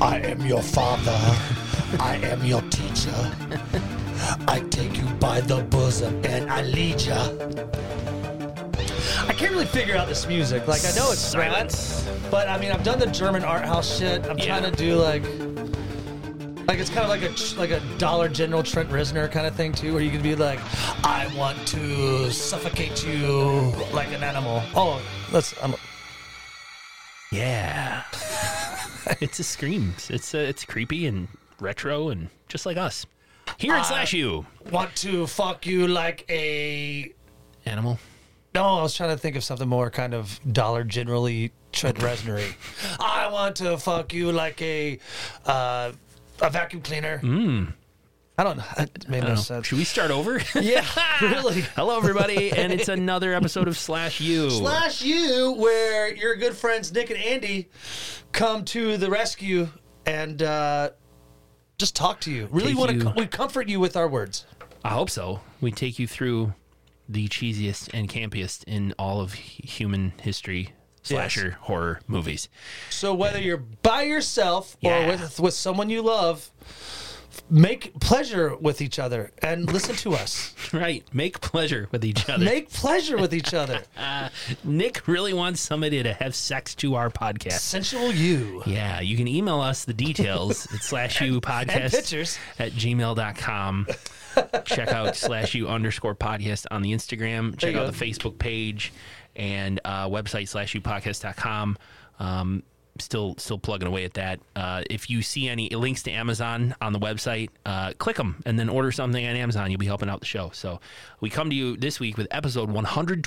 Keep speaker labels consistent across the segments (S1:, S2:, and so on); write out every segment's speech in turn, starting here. S1: I am your father. I am your teacher. I take you by the bosom and I lead you.
S2: I can't really figure out this music. Like I know it's
S3: Silence.
S2: rap, but I mean I've done the German art house shit. I'm
S3: Yeah.
S2: trying to do like like it's kind of like a like a Dollar General Trent Reznor kind of thing too, where you can be like, I want to suffocate you like an animal. Oh, let's. I'm,
S3: Yeah. it's a screams. It's uh, it's creepy and retro and just like us. Here at Slash You.
S2: want to fuck you like a
S3: Animal.
S2: No, I was trying to think of something more kind of Dollar Generally Trent Reznor. I want to fuck you like a uh, a vacuum cleaner. Mm. I don't know. It made no
S3: Oh,
S2: sense.
S3: Should we start over?
S2: Yeah, really.
S3: Hello, everybody, and it's another episode of Slash You.
S2: Slash you, where your good friends Nick and Andy come to the rescue and uh, just talk to you. Really
S3: Take
S2: want
S3: you-
S2: to we comfort you with our words.
S3: I hope so. We take you through the cheesiest and campiest in all of hu- human history slasher horror movies.
S2: So whether you're by yourself
S3: Yeah.
S2: or with with someone you love, make pleasure with each other and listen to us.
S3: Right. Make pleasure with each other.
S2: Make pleasure with each other.
S3: Nick really wants somebody to have sex to our podcast.
S2: Sensual you.
S3: Yeah, you can email us the details at slash you
S2: And
S3: podcast
S2: pictures.
S3: at gmail.com. Check out slash you underscore podcast on the Instagram. Check
S2: you
S3: out
S2: go.
S3: the Facebook page and uh, website slash you podcast.com. Um, still still plugging away at that. Uh, if you see any links to Amazon on the website, uh, click them and then order something on Amazon. You'll be helping out the show. So we come to you this week with episode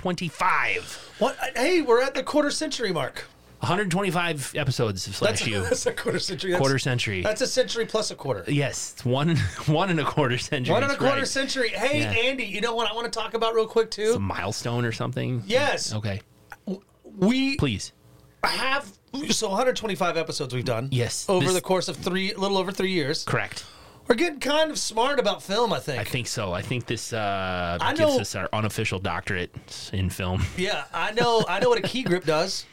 S3: 125.
S2: What? Hey, we're at the quarter century mark.
S3: 125 episodes of
S2: That's,
S3: slash you.
S2: that's a quarter century. That's,
S3: Quarter century.
S2: That's a century plus a quarter.
S3: Yes, it's one one and a quarter century.
S2: One and a
S3: That's
S2: quarter
S3: right.
S2: century. Hey,
S3: Yeah.
S2: Andy, you know what I want to talk about real quick
S3: A
S2: too?
S3: milestone or something.
S2: Yes.
S3: Okay.
S2: We
S3: Please.
S2: have so 125 episodes we've done.
S3: Yes.
S2: Over
S3: This-
S2: the course of three, a little over three years.
S3: Correct.
S2: We're getting kind of smart about film, I think.
S3: I think so. I think this uh,
S2: I
S3: gives
S2: know-
S3: us our unofficial doctorate in film.
S2: Yeah, I know. I know what a key grip does.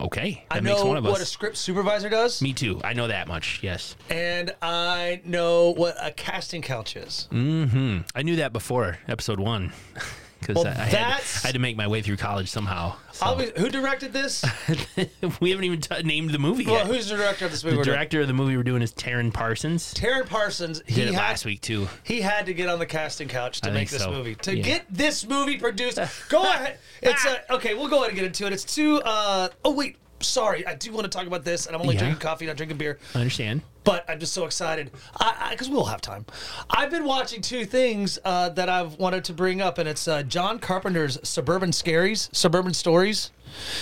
S3: Okay, that
S2: I
S3: makes
S2: know
S3: one of
S2: what a
S3: us.
S2: script supervisor does,
S3: Me too. I know that much. Yes,
S2: and I know what a casting couch is.
S3: Mm. I knew that before episode one because
S2: Well,
S3: I, I had, I
S2: that's-
S3: had to make my way through college somehow. So-
S2: Obvi- who directed this?
S3: we haven't even t- named the movie
S2: Well,
S3: yet.
S2: who's the director of this movie?
S3: the
S2: we're doing?
S3: director of the movie we're doing is Taryn Parsons.
S2: Taryn Parsons. He
S3: Did it
S2: had,
S3: last week too.
S2: He had to get on the casting couch to
S3: I
S2: make
S3: think
S2: this
S3: so.
S2: movie. To
S3: Yeah.
S2: get this movie produced, go ahead. It's uh, okay. We'll go ahead and get into it. It's too. Uh, oh wait, sorry. I do want to talk about this, and I'm only
S3: Yeah.
S2: drinking coffee, not drinking beer.
S3: I understand.
S2: but I'm just so excited because we'll have time. I've been watching two things uh, that I've wanted to bring up, and it's uh, John Carpenter's Suburban Scaries, Suburban Stories.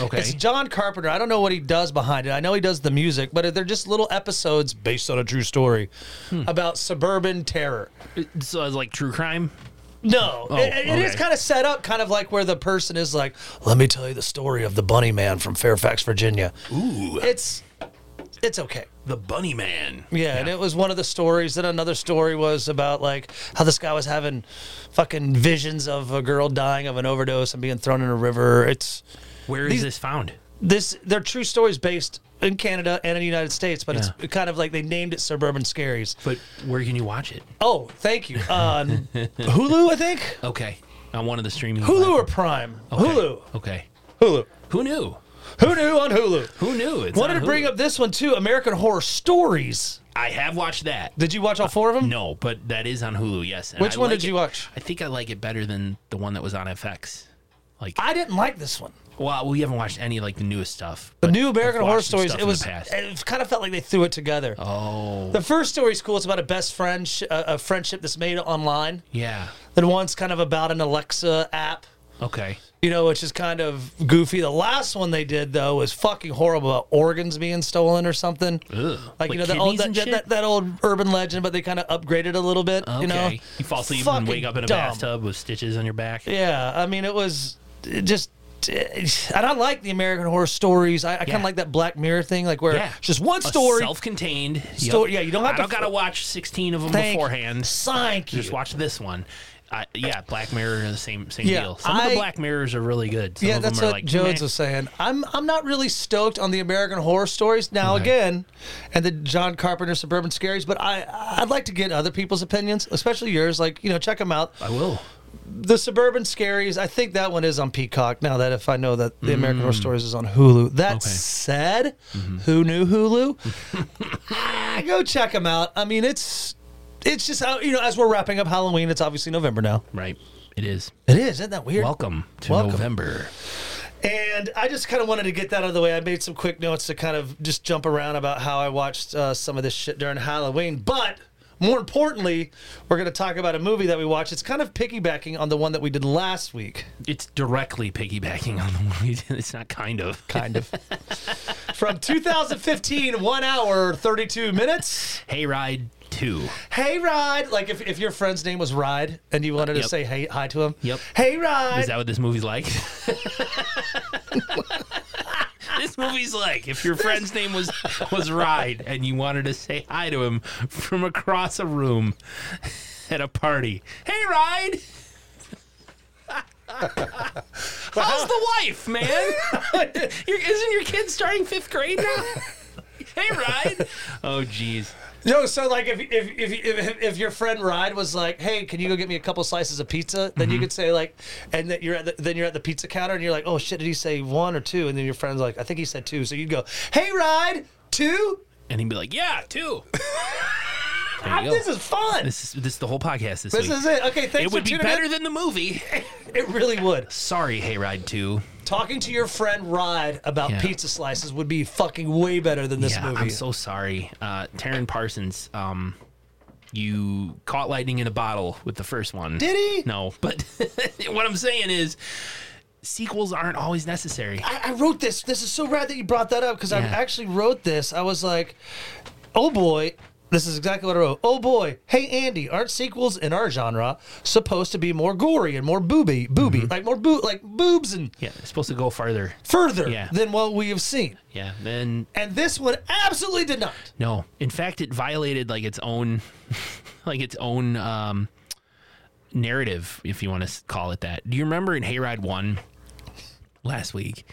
S3: Okay.
S2: It's John Carpenter. I don't know what he does behind it. I know he does the music, but they're just little episodes based on a true story
S3: Hmm.
S2: about suburban terror.
S3: so it's like true crime.
S2: No, it- it- it is
S3: Oh, okay.
S2: kind of set up, kind of like where the person is like, "Let me tell you the story of the Bunny Man from Fairfax, Virginia."
S3: Ooh,
S2: It's it's okay.
S3: the Bunny Man.
S2: Yeah, and it was one of the stories. Then another story was about like how this guy was having fucking visions of a girl dying of an overdose and being thrown in a river. It's
S3: Where is
S2: These-
S3: this found?
S2: this they're true stories based in Canada and in the United States, but
S3: Yeah.
S2: it's kind of like they named it Suburban Scaries.
S3: But where can you watch it?
S2: Oh, thank you. Um, Hulu, I think.
S3: Okay, on one of the streaming.
S2: Hulu or
S3: platforms.
S2: Prime?
S3: Okay.
S2: Hulu.
S3: Okay.
S2: Hulu.
S3: Who knew?
S2: Who knew on Hulu?
S3: Who knew? It's
S2: Wanted
S3: on
S2: to bring
S3: Hulu.
S2: up this one too, American Horror Stories.
S3: I have watched that.
S2: Did you watch all four of them?
S3: No, but that is on Hulu. Yes. And
S2: Which
S3: I
S2: one
S3: like
S2: did
S3: it-
S2: you watch?
S3: I think I like it better than the one that was on FX. Like,
S2: I didn't like this one.
S3: well, we haven't watched any like the newest stuff.
S2: The
S3: but
S2: new American
S3: I've
S2: Horror
S3: watched some
S2: Stories.
S3: stuff
S2: It
S3: in
S2: was.
S3: the past.
S2: It kind of felt like they threw it together.
S3: Oh,
S2: The first story's cool. It's about a best friend, sh- uh, a friendship that's made online.
S3: yeah.
S2: Then one's kind of about an Alexa app,
S3: Okay.
S2: you know, which is kind of goofy. The last one they did though was fucking horrible about organs being stolen or something.
S3: Ugh.
S2: Like, you know that old
S3: kidneys and
S2: that, that, that,
S3: shit?
S2: that old urban legend, but they kind of upgraded a little bit.
S3: okay.
S2: You know,
S3: fall asleep
S2: Fucking
S3: and wake up in a
S2: dumb.
S3: bathtub with stitches on your back.
S2: Yeah, I mean it was it just. And I like the American Horror Stories. I, I kind
S3: Yeah.
S2: of like that Black Mirror thing, like where
S3: Yeah.
S2: it's just one
S3: A
S2: story.
S3: self-contained
S2: Story- yeah, you don't have
S3: I
S2: to
S3: don't gotta watch sixteen of them
S2: Thank-
S3: beforehand.
S2: Thank you.
S3: Just watch this one. I, yeah, Black Mirror are the same same
S2: Yeah,
S3: deal. Some of
S2: I-
S3: the Black Mirrors are really good. Some
S2: yeah,
S3: of them
S2: that's
S3: are
S2: what
S3: like,
S2: Jones
S3: meh.
S2: was saying. I'm I'm not really stoked on the American Horror Stories now
S3: Right.
S2: again, and the John Carpenter Suburban Scaries. But I I'd like to get other people's opinions, especially yours. Like you know, check them out.
S3: I will.
S2: The Suburban Scaries. I think that one is on Peacock now. That if I know that the American
S3: Mm.
S2: Horror Stories is on Hulu. That said,
S3: Mm-hmm.
S2: who knew Hulu? Ah, go check them out. I mean, it's it's just how you know as we're wrapping up Halloween. It's obviously November now.
S3: Right. It is.
S2: It is. Isn't that weird?
S3: Welcome to
S2: Welcome.
S3: November.
S2: And I just kind of wanted to get that out of the way. I made some quick notes to kind of just jump around about how I watched uh, some of this shit during Halloween. But more importantly, we're going to talk about a movie that we watched. It's kind of piggybacking on the one that we did last week,
S3: It's directly piggybacking on the one we did. It's not kind of.
S2: kind of. From 2015, one hour, 32 minutes.
S3: Hayride 2.
S2: Hey, Ride. Like if, if your friend's name was Ride and you wanted to
S3: Yep.
S2: say hey, hi to him.
S3: Yep.
S2: Hey,
S3: Is
S2: Ride.
S3: that what this movie's like? this movie's like if your friend's name was was Ride and you wanted to say hi to him from across a room at a party. Hey, Ride. How's the wife, man? Your- Isn't your kid starting fifth grade now? hey, Ride. Oh, jeez.
S2: No, so like if if, if if if your friend Ride was like, "Hey, can you go get me a couple slices of pizza?" Then
S3: Mm-hmm.
S2: you could say like, and that you're at the, then you're at the pizza counter and you're like, "Oh shit, did he say one or two? And then your friend's like, "I think he said two. So you'd go, "Hey, Ride, two.
S3: And he'd be like, "Yeah, two.
S2: Ah,
S3: go.
S2: This is fun. This,
S3: This is this is the whole podcast this, week.
S2: is it. Okay, thanks
S3: it
S2: for
S3: would be
S2: tuning
S3: better
S2: in.
S3: than the movie.
S2: It really would.
S3: Sorry, Hayride Two.
S2: Talking to your friend Ride about
S3: Yeah.
S2: pizza slices would be fucking way better than this
S3: yeah,
S2: movie.
S3: I'm so sorry, uh, Taryn Parsons. Um, you caught lightning in a bottle with the first one.
S2: Did he?
S3: No, but what I'm saying is, sequels aren't always necessary.
S2: I, I wrote this. This is so rad that you brought that up because I
S3: Yeah.
S2: actually wrote this. I was like, oh boy. This is exactly what I wrote. Oh boy, hey Andy, aren't sequels in our genre supposed to be more gory and more booby, booby,
S3: Mm-hmm.
S2: like more boo, like boobs and
S3: Yeah, it's supposed to go farther.
S2: further
S3: Yeah.
S2: than what we have seen?
S3: Yeah, then
S2: And this one absolutely did not.
S3: No, in fact, it violated like its own, like its own um, narrative, if you want to call it that. Do you remember in Hayride One last week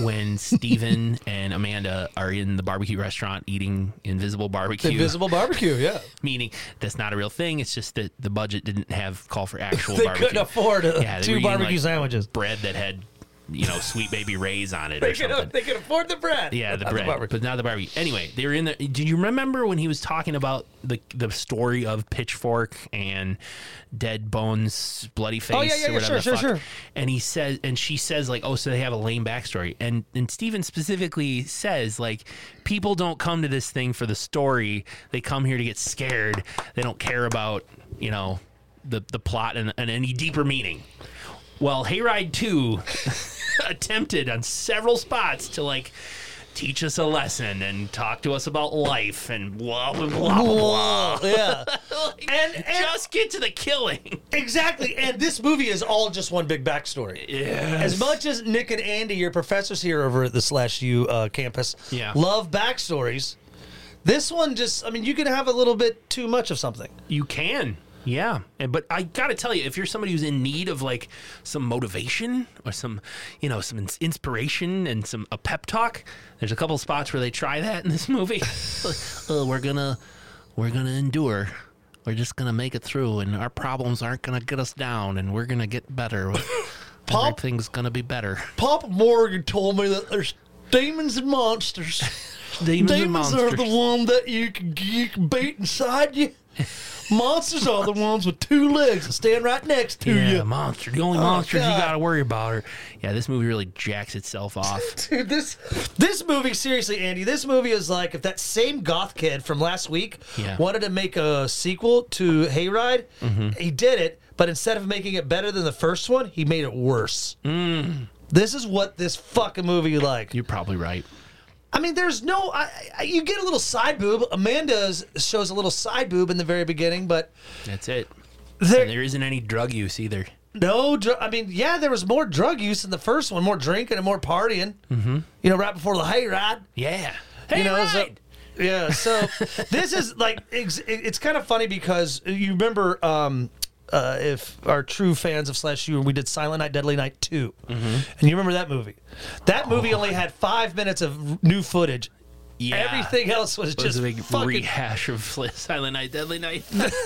S3: when Steven and Amanda are in the barbecue restaurant eating invisible barbecue?
S2: Invisible barbecue, yeah.
S3: meaning that's not a real thing. It's just that the budget didn't have call for actual
S2: They
S3: barbecue.
S2: couldn't afford uh,
S3: Yeah, they were
S2: two
S3: eating, like,
S2: barbecue sandwiches.
S3: bread that had you know sweet baby rays on it or
S2: They
S3: something.
S2: could, they could afford the bread.
S3: Yeah, the
S2: not
S3: bread,
S2: barbecue.
S3: but not the barbecue. Anyway, they were in the. Do you remember when he was talking about the the story of Pitchfork and Dead Bones, Bloody Face,
S2: Oh, yeah, yeah,
S3: or
S2: yeah,
S3: whatever
S2: sure,
S3: the
S2: sure,
S3: fuck?
S2: sure.
S3: And he says, and she says, like, oh, so they have a lame backstory. And and Steven specifically says, like, people don't come to this thing for the story. They come here to get scared. They don't care about you know the the plot and, and any deeper meaning. Well, Hayride 2 attempted on several spots to like teach us a lesson and talk to us about life and blah blah blah. blah,
S2: Blah, yeah,
S3: blah.
S2: and, and
S3: just get to the killing.
S2: Exactly. And this movie is all just one big backstory. As much as Nick and Andy, your professors here over at the Slash U uh, campus,
S3: Yeah.
S2: love backstories, this one just, I mean, you can have a little bit too much of something.
S3: You can. Yeah. And but I got to tell you if you're somebody who's in need of like some motivation or some, you know, some ins- inspiration and some a pep talk, there's a couple spots where they try that in this movie. oh, we're going to we're going to endure. We're just going to make it through and our problems aren't going to get us down and we're going to get better.
S2: Pop-
S3: Everything's going to be better.
S2: Pop Morgan told me that there's demons and monsters.
S3: Demons, and
S2: demons are the
S3: monsters.
S2: one that you can, you can beat inside you. Monsters are the ones with two legs that stand right next to
S3: yeah,
S2: you.
S3: monster. The only monsters
S2: Oh, God.
S3: you got to worry about are. Yeah, this movie really jacks itself off.
S2: Dude, this this movie, seriously, Andy, this movie is like if that same goth kid from last week
S3: Yeah. Mm-hmm.
S2: wanted to make a sequel to Hayride, he did it, but instead of making it better than the first one, he made it worse.
S3: Mm.
S2: This is what this fucking movie like.
S3: You're probably right.
S2: I mean, there's no. I, I, you get a little side boob. Amanda's shows a little side boob in the very beginning, but
S3: That's it.
S2: there,
S3: And there isn't any drug use either.
S2: No, dr- I mean, yeah, there was more drug use in the first one, more drinking and more partying. Mm-hmm. You know, right before the hayride.
S3: Yeah. Hey,
S2: you know,
S3: right.
S2: so yeah. So this is like ex- it- it's kind of funny because you remember um, uh, if are true fans of Slash U, and we did Silent Night, Deadly Night 2.
S3: Mm-hmm.
S2: And you remember that movie? That movie only had five minutes of r- new footage.
S3: Oh. Yeah.
S2: Everything else was
S3: It was
S2: just
S3: a big
S2: fucking.
S3: rehash of Silent Night, Deadly Night.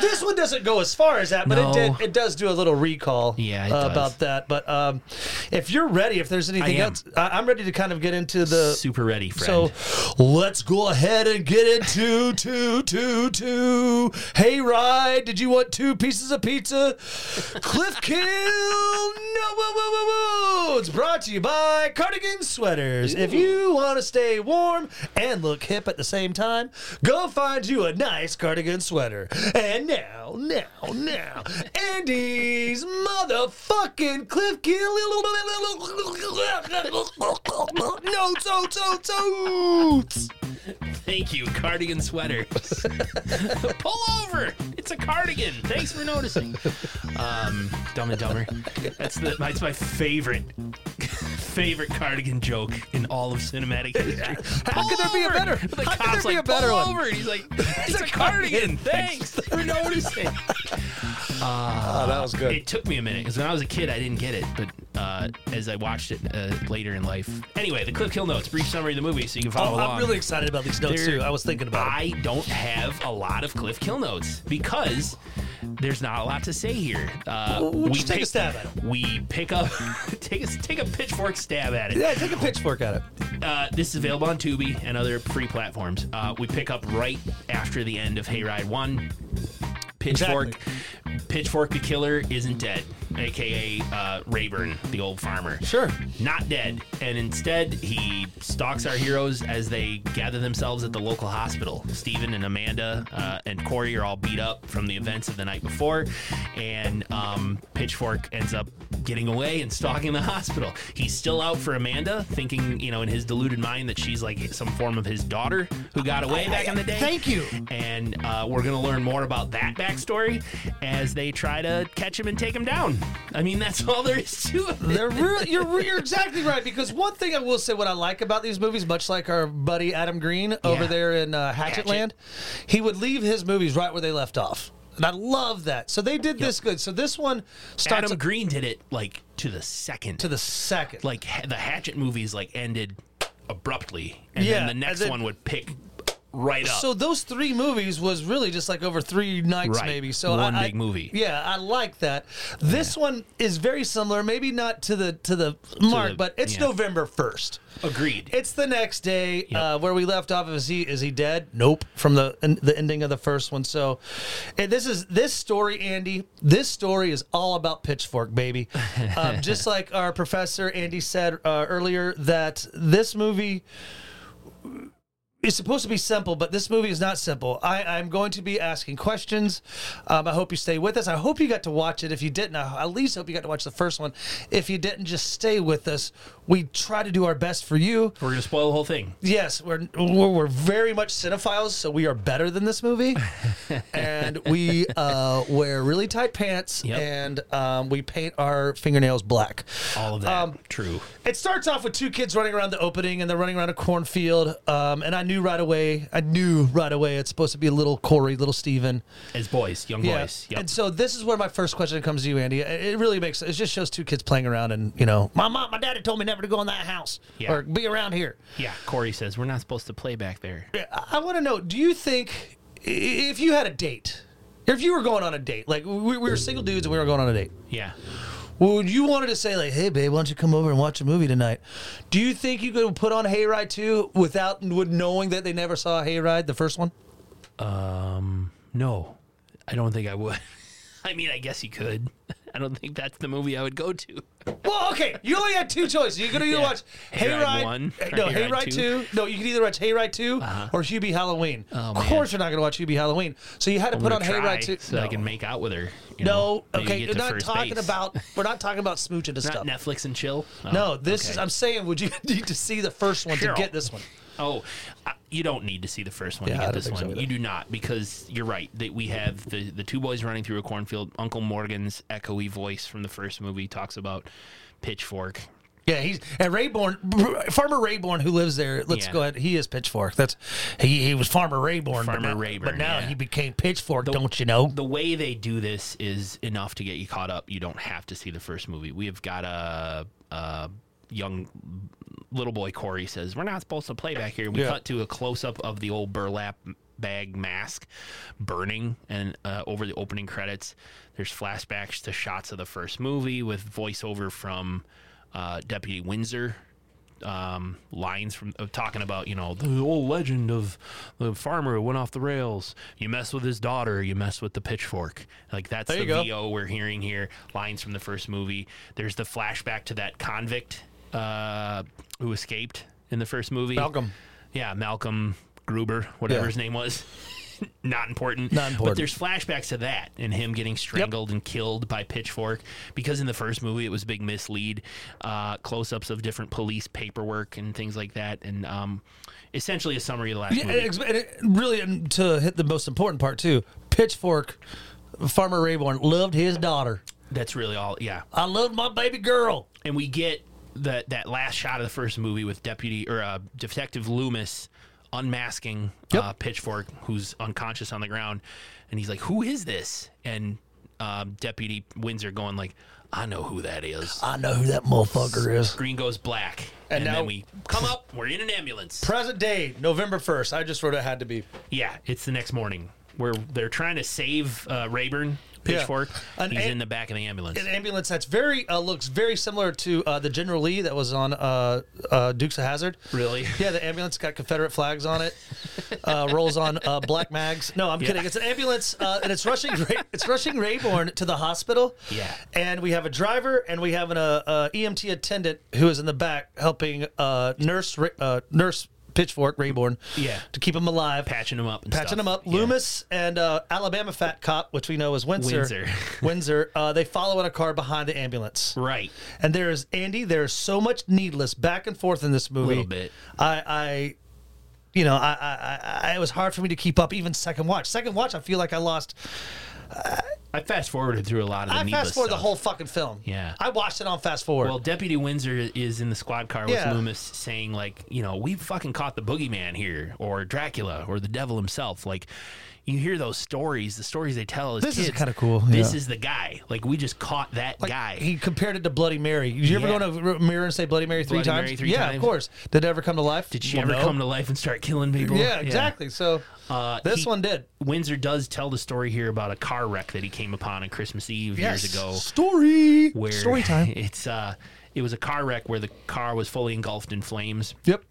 S2: This one doesn't go as far as that, but
S3: No.
S2: it did. It does do a little recall.
S3: Yeah, it
S2: uh,
S3: does.
S2: about that. But um, if you're ready, if there's anything
S3: am.
S2: else, I, I'm ready to kind of get into the
S3: Super ready, friend.
S2: So let's go ahead and get into two, two, two. Hey, Ride, did you want two pieces of pizza? Cliff Kill No Woo Woo Woo Woo. It's brought to you by Cardigan Sweaters. If you want to stay warm and look hip at the same time, go find you a nice cardigan sweater. And now, now, now, Andy's motherfucking Cliff Kill notes, oats, oats, oats.
S3: Thank you, cardigan sweater. Pull over. It's a cardigan. Thanks for noticing. Um, dumb and Dumber. That's the, that's my favorite favorite cardigan joke in all of cinematic history. How
S2: could there be a better-
S3: The
S2: how could
S3: cop's
S2: there be
S3: like,
S2: a better
S3: Pull
S2: one?"
S3: over. And he's like, it's, a, cardigan. Thanks for noticing.
S2: Oh, that was good.
S3: It took me a minute because when I was a kid, I didn't get it. But uh, as I watched it uh, later in life, anyway, the Cliff Kill notes, brief summary of the movie, so you can follow
S2: Oh,
S3: along.
S2: I'm really excited about these notes
S3: They're-
S2: too. I was thinking about. it.
S3: I don't have a lot of Cliff Kill notes because there's not a lot to say here. Uh,
S2: Well, why don't you take a stab at it?
S3: We pick up, take a take a pitchfork stab at it.
S2: Yeah, take a pitchfork at it.
S3: Uh, this is available on Tubi and other free platforms. Uh, we pick up right after the end of Hayride One. Pitchfork, Pitchfork the Killer isn't dead, aka uh, Rayburn, the old farmer
S2: Sure.
S3: not dead, and instead he stalks our heroes as they gather themselves at the local hospital. Steven and Amanda uh, and Corey are all beat up from the events of the night before, and um, Pitchfork ends up getting away and stalking the hospital. He's still out for Amanda, thinking, you know, in his deluded mind that she's like some form of his daughter who got away back in the day.
S2: Thank you.
S3: And uh, we're going to learn more about that backstory as they try to catch him and take him down. I mean, that's all there is to it.
S2: They're real you're, re- you're exactly right because one thing I will say, what I like about these movies, much like our buddy Adam Green over
S3: Yeah.
S2: there in uh, Hatchet,
S3: Hatchet.
S2: Land, he would leave his movies right where they left off, and I love that. So they did this good. So this one starts
S3: Adam
S2: up
S3: Green did it like to the second.
S2: to the second.
S3: like ha- the Hatchet movies like ended abruptly, and
S2: Yeah,
S3: then the next
S2: and then-
S3: one would pick right up.
S2: so those three movies was really just like over three nights
S3: Right.
S2: maybe so
S3: One
S2: I- I-
S3: big movie.
S2: yeah i like that this one is very similar maybe not to the to the mark
S3: the-
S2: but it's
S3: yeah.
S2: november 1st
S3: Agreed.
S2: It's the next day uh, where we left off. Is he is he dead? Nope. From the en- the ending of the first one. So, and this is this story, Andy. This story is all about Pitchfork, baby. um, just like our professor Andy said uh, earlier, that this movie is supposed to be simple, but this movie is not simple. I, I'm going to be asking questions. Um, I hope you stay with us. I hope you got to watch it. If you didn't, I at least hope you got to watch the first one. If you didn't, just stay with us. We try to do our best for you.
S3: We're gonna spoil the whole thing.
S2: Yes, we're, we're we're very much cinephiles, so we are better than this movie, and we uh, wear really tight pants,
S3: Yep.
S2: and um, we paint our fingernails black.
S3: All of that.
S2: Um,
S3: True.
S2: It starts off with two kids running around the opening, and they're running around a cornfield. Um, and I knew right away. I knew right away it's supposed to be little Corey, little Steven.
S3: As boys, young boys. Yep.
S2: And so this is where my first question comes to you, Andy. It it really makes it just shows two kids playing around, and you know, my mom, my daddy told me never to go in that house
S3: Yeah.
S2: or be around here.
S3: yeah. Corey says we're not supposed to play back there.
S2: I want to know do you think i- if you had a date, if you were going on a date, like we, we were single dudes and we were going on a date,
S3: Yeah.
S2: would you wanted to say like, "Hey, babe, why don't you come over and watch a movie tonight"? Do you think you could put on Hayride too without would knowing that they never saw Hayride, the first one?
S3: No, I don't think I would. I mean, I guess you could. I don't think that's the movie I would go to.
S2: Well, okay, you only had two choices. You could either
S3: Yeah.
S2: watch
S3: Hayride
S2: Hayride
S3: one
S2: eh,
S3: or
S2: no,
S3: Hayride Uh-huh.
S2: Hayride, two. No, you could either watch Hayride 2 or Hubie Halloween. of
S3: Oh, man.
S2: course, you're not going to watch Hubie Halloween. So you had to put
S3: I'm
S2: on
S3: gonna
S2: Hayride
S3: try
S2: two.
S3: so I
S2: No.
S3: can make out with her. you
S2: No,
S3: know, maybe
S2: okay,
S3: get
S2: you're
S3: to
S2: not
S3: first
S2: talking
S3: base.
S2: about we're not talking about smooching to
S3: not
S2: stuff.
S3: Netflix and chill. Oh,
S2: No, this is
S3: okay.
S2: I'm saying would you need to see the first one
S3: Sure.
S2: to get this one?
S3: Oh, uh, you don't need to see the first one
S2: Yeah,
S3: to
S2: I
S3: get
S2: don't
S3: this
S2: think so
S3: one.
S2: either.
S3: you do not, because you're right. That we have the the two boys running through a cornfield. Uncle Morgan's echoey voice from the first movie talks about pitchfork
S2: Yeah, he's and Rayborn, Farmer Rayborn, who lives there. Let's
S3: Yeah.
S2: go ahead. He is Pitchfork. That's he. He was Farmer Rayborn. but
S3: Farmer
S2: now,
S3: Rayburn,
S2: but now
S3: yeah.
S2: he became Pitchfork. don't you know?
S3: The way they do this is enough to get you caught up. You don't have to see the first movie. We have got a, a young little boy Corey says we're not supposed to play back here. We
S2: Yeah.
S3: cut to a close up of the old burlap bag mask burning, and uh, over the opening credits, there's flashbacks to shots of the first movie with voiceover from uh, Deputy Windsor um, lines from of talking about you know the old legend of the farmer who went off the rails. You mess with his daughter, you mess with the pitchfork. Like that's
S2: There
S3: the
S2: you go.
S3: VO we're hearing here. Lines from the first movie. There's the flashback to that convict uh, who escaped in the first movie.
S2: Malcolm.
S3: Yeah, Malcolm Gruber, whatever
S2: Yeah.
S3: his name was. Not important.
S2: Not important.
S3: But there's flashbacks to that and him getting strangled and killed by Pitchfork because in the first movie it was a big mislead, uh, close ups of different police paperwork and things like that, and um, essentially a summary of the last
S2: Yeah, uh,
S3: movie.
S2: and ex- and it- really, and to hit the most important part too, Pitchfork, Farmer Rayborn loved his daughter.
S3: That's really all. Yeah,
S2: I loved my baby girl.
S3: and we get that that last shot of the first movie with deputy or uh, detective Loomis unmasking uh, Pitchfork, who's unconscious on the ground, and he's like, "Who is this?" And um, deputy Windsor going like, "I know who that is."
S2: I know who that motherfucker is.
S3: Green goes black,
S2: Uh, And
S3: and,
S2: now-
S3: then we come up. We're in an ambulance.
S2: Present day, November first. I just wrote it had to be
S3: Yeah, it's the next morning. Where they're trying to save uh, Rayburn Pitchfork.
S2: An
S3: He's
S2: a-
S3: in the back of the ambulance.
S2: an ambulance that's very uh, looks very similar to uh, the General Lee that was on uh, uh, Dukes of Hazard.
S3: Really?
S2: Yeah, the ambulance got Confederate flags on it. Uh, rolls on uh, black mags. No, I'm kidding. It's an ambulance, uh, and it's rushing. Ray- It's rushing Rayborn to the hospital.
S3: Yeah.
S2: And we have a driver, and we have an uh, uh, EMT attendant who is in the back helping uh, nurse Ra- uh, nurse Pitchfork Rayborn.
S3: Yeah.
S2: To keep him alive.
S3: patching him up. And
S2: Patching
S3: stuff.
S2: him up,
S3: Yeah.
S2: Loomis and uh, Alabama Fat Cop, which we know is Windsor.
S3: Windsor.
S2: Windsor. Uh, they follow in a car behind the ambulance.
S3: Right.
S2: And there is Andy. There is so much needless back and forth in this movie.
S3: Little bit.
S2: I, I, you know, I, I, I, it was hard for me to keep up. Even second watch. Second watch, I feel like I lost.
S3: I fast forwarded through a lot of the
S2: I
S3: needless
S2: fast forward the
S3: stuff.
S2: whole fucking film.
S3: Yeah.
S2: I watched it on fast forward.
S3: Well, Deputy Windsor is in the squad car with
S2: Yeah.
S3: Loomis saying, like, you know, we've fucking caught the boogeyman here, or Dracula, or the devil himself. Like, you hear those stories, the stories they tell. As
S2: This is
S3: kids,
S2: kinda cool,
S3: This
S2: yeah.
S3: is the guy. Like, we just caught that guy.
S2: He compared it to Bloody Mary. Did you
S3: Yeah.
S2: ever go to a mirror and say Bloody Mary three
S3: Bloody
S2: times?
S3: Mary three
S2: yeah, of
S3: times.
S2: course. Did it ever come to life?
S3: Did she ever come to life and start killing people?
S2: Yeah, exactly. So
S3: Uh,
S2: this
S3: he-
S2: one did.
S3: Windsor does tell the story here about a car wreck that he came upon on Christmas Eve years ago.
S2: Story.
S3: Where
S2: Story time.
S3: It's uh, it was a car wreck where the car was fully engulfed in flames.
S2: Yep.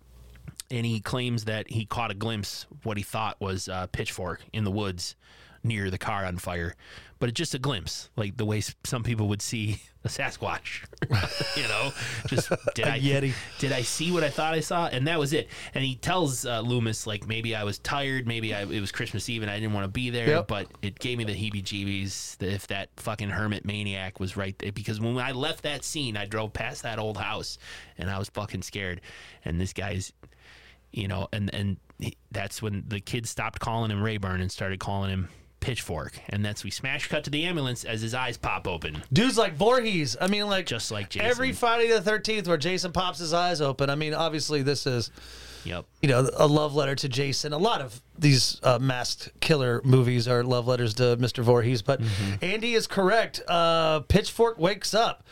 S3: and he claims that he caught a glimpse of what he thought was uh, pitchfork in the woods near the car on fire but it's just a glimpse like the way s- some people would see a sasquatch you know just did I
S2: Yeti.
S3: did i see what i thought i saw and that was it and he tells uh, loomis like maybe i was tired maybe I, it was christmas eve and i didn't want to be there
S2: Yep.
S3: but it gave me the heebie jeebies if that fucking hermit maniac was right there because when i left that scene i drove past that old house and i was fucking scared and this guy's you know, and and he, that's when the kids stopped calling him Rayburn and started calling him Pitchfork, and that's we smash cut to the ambulance as his eyes pop open,
S2: Dudes like Voorhees. I mean, like
S3: just like Jason.
S2: every Friday the Thirteenth, where Jason pops his eyes open. I mean, obviously this is
S3: yep,
S2: you know a love letter to Jason. A lot of these uh, masked killer movies are love letters to Mr. Voorhees. But
S3: Mm-hmm.
S2: Andy is correct. Uh, Pitchfork wakes up,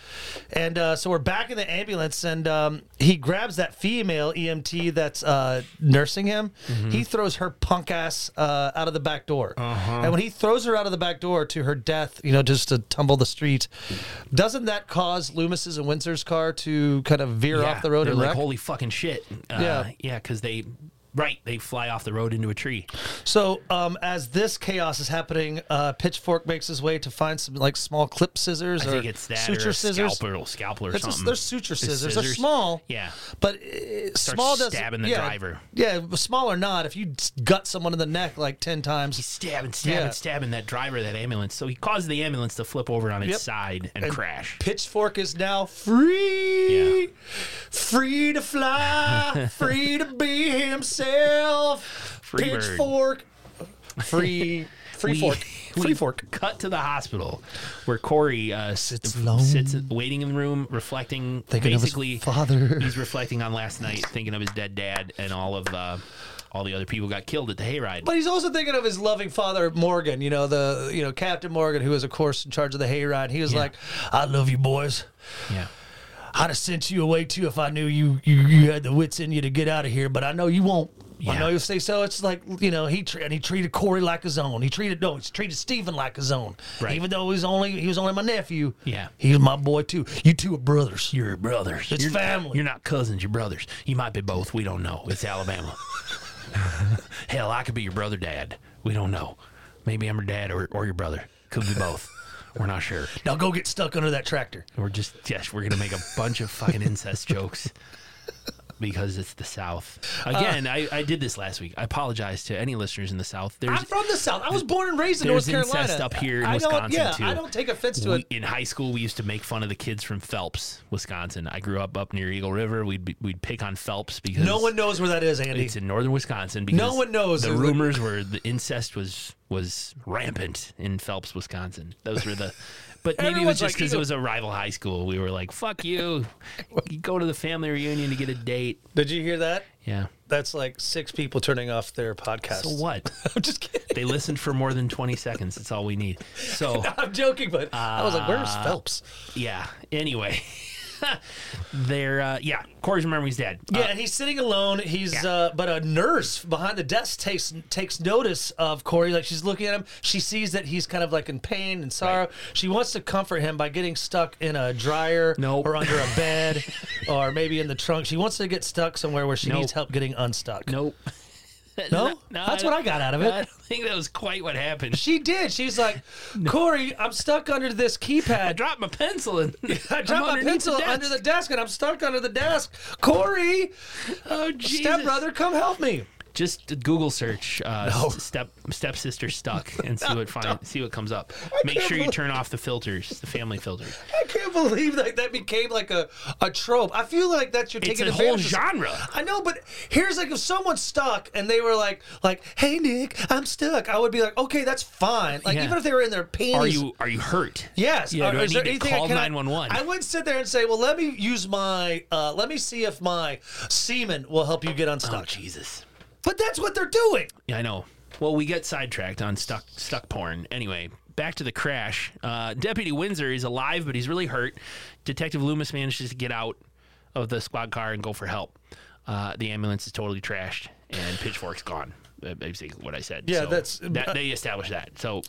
S2: and uh, so we're back in the ambulance, and um, he grabs that female EMT that's uh, nursing him.
S3: Mm-hmm.
S2: He throws her punk ass uh, out of the back door,
S3: Uh-huh.
S2: and when he throws her out of the back door to her death, you know, just to tumble the street, doesn't that cause Loomis's and Windsor's car to kind of veer
S3: Yeah,
S2: off the road
S3: They're
S2: and
S3: like,
S2: wreck?
S3: holy fucking shit, uh,
S2: Yeah.
S3: yeah, because they. Right, they fly off the road into a tree.
S2: So, um, as this chaos is happening, uh, Pitchfork makes his way to find some like small clip scissors
S3: I
S2: or
S3: think it's that
S2: suture
S3: or a
S2: scissors.
S3: scalpel, scalpel or
S2: It's a-
S3: something.
S2: they're suture
S3: It's
S2: scissors. They're small.
S3: Yeah,
S2: But uh, small doesn't
S3: stabbing the
S2: yeah,
S3: driver.
S2: Yeah, small or not, if you gut someone in the neck like ten
S3: he's
S2: times,
S3: stabbing, stabbing,
S2: Yeah.
S3: stabbing that driver, of that ambulance. So he caused the ambulance to flip over on its
S2: Yep.
S3: side and, crash.
S2: Pitchfork is now free,
S3: Yeah.
S2: free to fly, free to be himself.
S3: Free bird.
S2: Pitchfork, free, free
S3: we,
S2: fork.
S3: We
S2: Free fork.
S3: Cut to the hospital, where Corey uh, sits
S2: alone.
S3: sits waiting in the room, reflecting.
S2: Thinking of his
S3: basically,
S2: father.
S3: He's reflecting on last night, thinking of his dead dad and all of uh, all the other people who got killed at the hayride.
S2: But he's also thinking of his loving father Morgan, you know, the you know, Captain Morgan, who was of course in charge of the hayride. He was like, I love you boys.
S3: yeah.
S2: I'd have sent you away too if I knew you you, you had the wits in you to get out of here, but I know you won't.
S3: Yeah.
S2: I know you'll say so. It's like you know he tre- and he treated Corey like his own. He treated no, he treated Stephen like his own.
S3: Right.
S2: Even though he's only he was only my nephew.
S3: Yeah.
S2: he was my boy too. You two are brothers.
S3: You're brothers.
S2: It's
S3: you're,
S2: family.
S3: You're not cousins. You're brothers. You might be both. We don't know. It's Alabama. Hell, I could be your brother, dad. We don't know. Maybe I'm your dad or, or your brother. Could be both. We're not sure.
S2: Now go get stuck under that tractor.
S3: We're just yes. We're gonna make a bunch of fucking incest jokes because it's the South. Again,
S2: Uh,
S3: I, I did this last week. I apologize to any listeners in the South. There's
S2: I'm from the South. I was born and raised in North
S3: there's
S2: Carolina.
S3: incest up here in
S2: I don't,
S3: Wisconsin,
S2: yeah,
S3: too.
S2: I don't take offense to
S3: we,
S2: it.
S3: in high school, we used to make fun of the kids from Phelps, Wisconsin. I grew up up near Eagle River. We'd be, we'd pick on Phelps because
S2: No one knows where that is, Andy.
S3: It's in northern Wisconsin because
S2: one knows.
S3: The
S2: It's
S3: rumors were the incest was was rampant in Phelps, Wisconsin. Those were the. But maybe it was
S2: Everyone's
S3: just
S2: like,
S3: because
S2: "Ew."
S3: it was a rival high school. We were like, "Fuck you! you go to the family reunion to get a date."
S2: Did you hear that?
S3: Yeah.
S2: That's like six people turning off their podcast.
S3: So what?
S2: I'm just kidding.
S3: they listened for more than twenty seconds. That's all we need. So
S2: I'm joking, but I was like, "Where's Phelps?"
S3: yeah. Anyway, they're uh, yeah. Corey's remembering his dad. Uh,
S2: Yeah, and he's sitting alone. He's uh, but a nurse behind the desk takes takes notice of Corey. Like she's looking at him. She sees that he's kind of like in pain and sorrow. She wants to comfort him by getting stuck in a dryer
S3: Nope.
S2: or under a bed or maybe in the trunk. She wants to get stuck somewhere where she
S3: Nope.
S2: needs help getting unstuck.
S3: Nope.
S2: No? That's what I got out of it.
S3: I don't think that was quite what happened.
S2: She did. She's like, Corey, I'm stuck under this keypad.
S3: dropped my pencil and
S2: I dropped my pencil under the desk and I'm stuck under the desk. Corey,
S3: Oh, Jesus.
S2: stepbrother, come help me.
S3: Just Google search uh, s- step stepsister stuck and see what find, see what comes up. Make
S2: can't
S3: sure you
S2: believe-
S3: turn off the filters, the family filters.
S2: I can't believe that that became like a, a trope. I feel like that's you're
S3: It's
S2: taking
S3: a whole
S2: advantage of-
S3: genre.
S2: I know, but here's like if someone's stuck and they were like, like, hey Nick, I'm stuck. I would be like, okay, that's fine. Like
S3: Yeah.
S2: even if they were in their panties.
S3: Are you are you hurt?
S2: Yes.
S3: Yeah,
S2: Are-
S3: do I
S2: is
S3: need
S2: there
S3: to
S2: anything
S3: call
S2: I cannot-
S3: 911?
S2: I would sit there and say, well, let me use my, uh, let me see if my semen will help you get
S3: Oh
S2: unstuck.
S3: Jesus.
S2: But that's what they're doing.
S3: Yeah, I know. Well, we get sidetracked on stuck stuck porn. Anyway, back to the crash. Uh, Deputy Windsor is alive, but he's really hurt. Detective Loomis manages to get out of the squad car and go for help. Uh, the ambulance is totally trashed and pitchfork's gone. That's basically what I said.
S2: Yeah,
S3: So
S2: that's- uh,
S3: that, they established that. So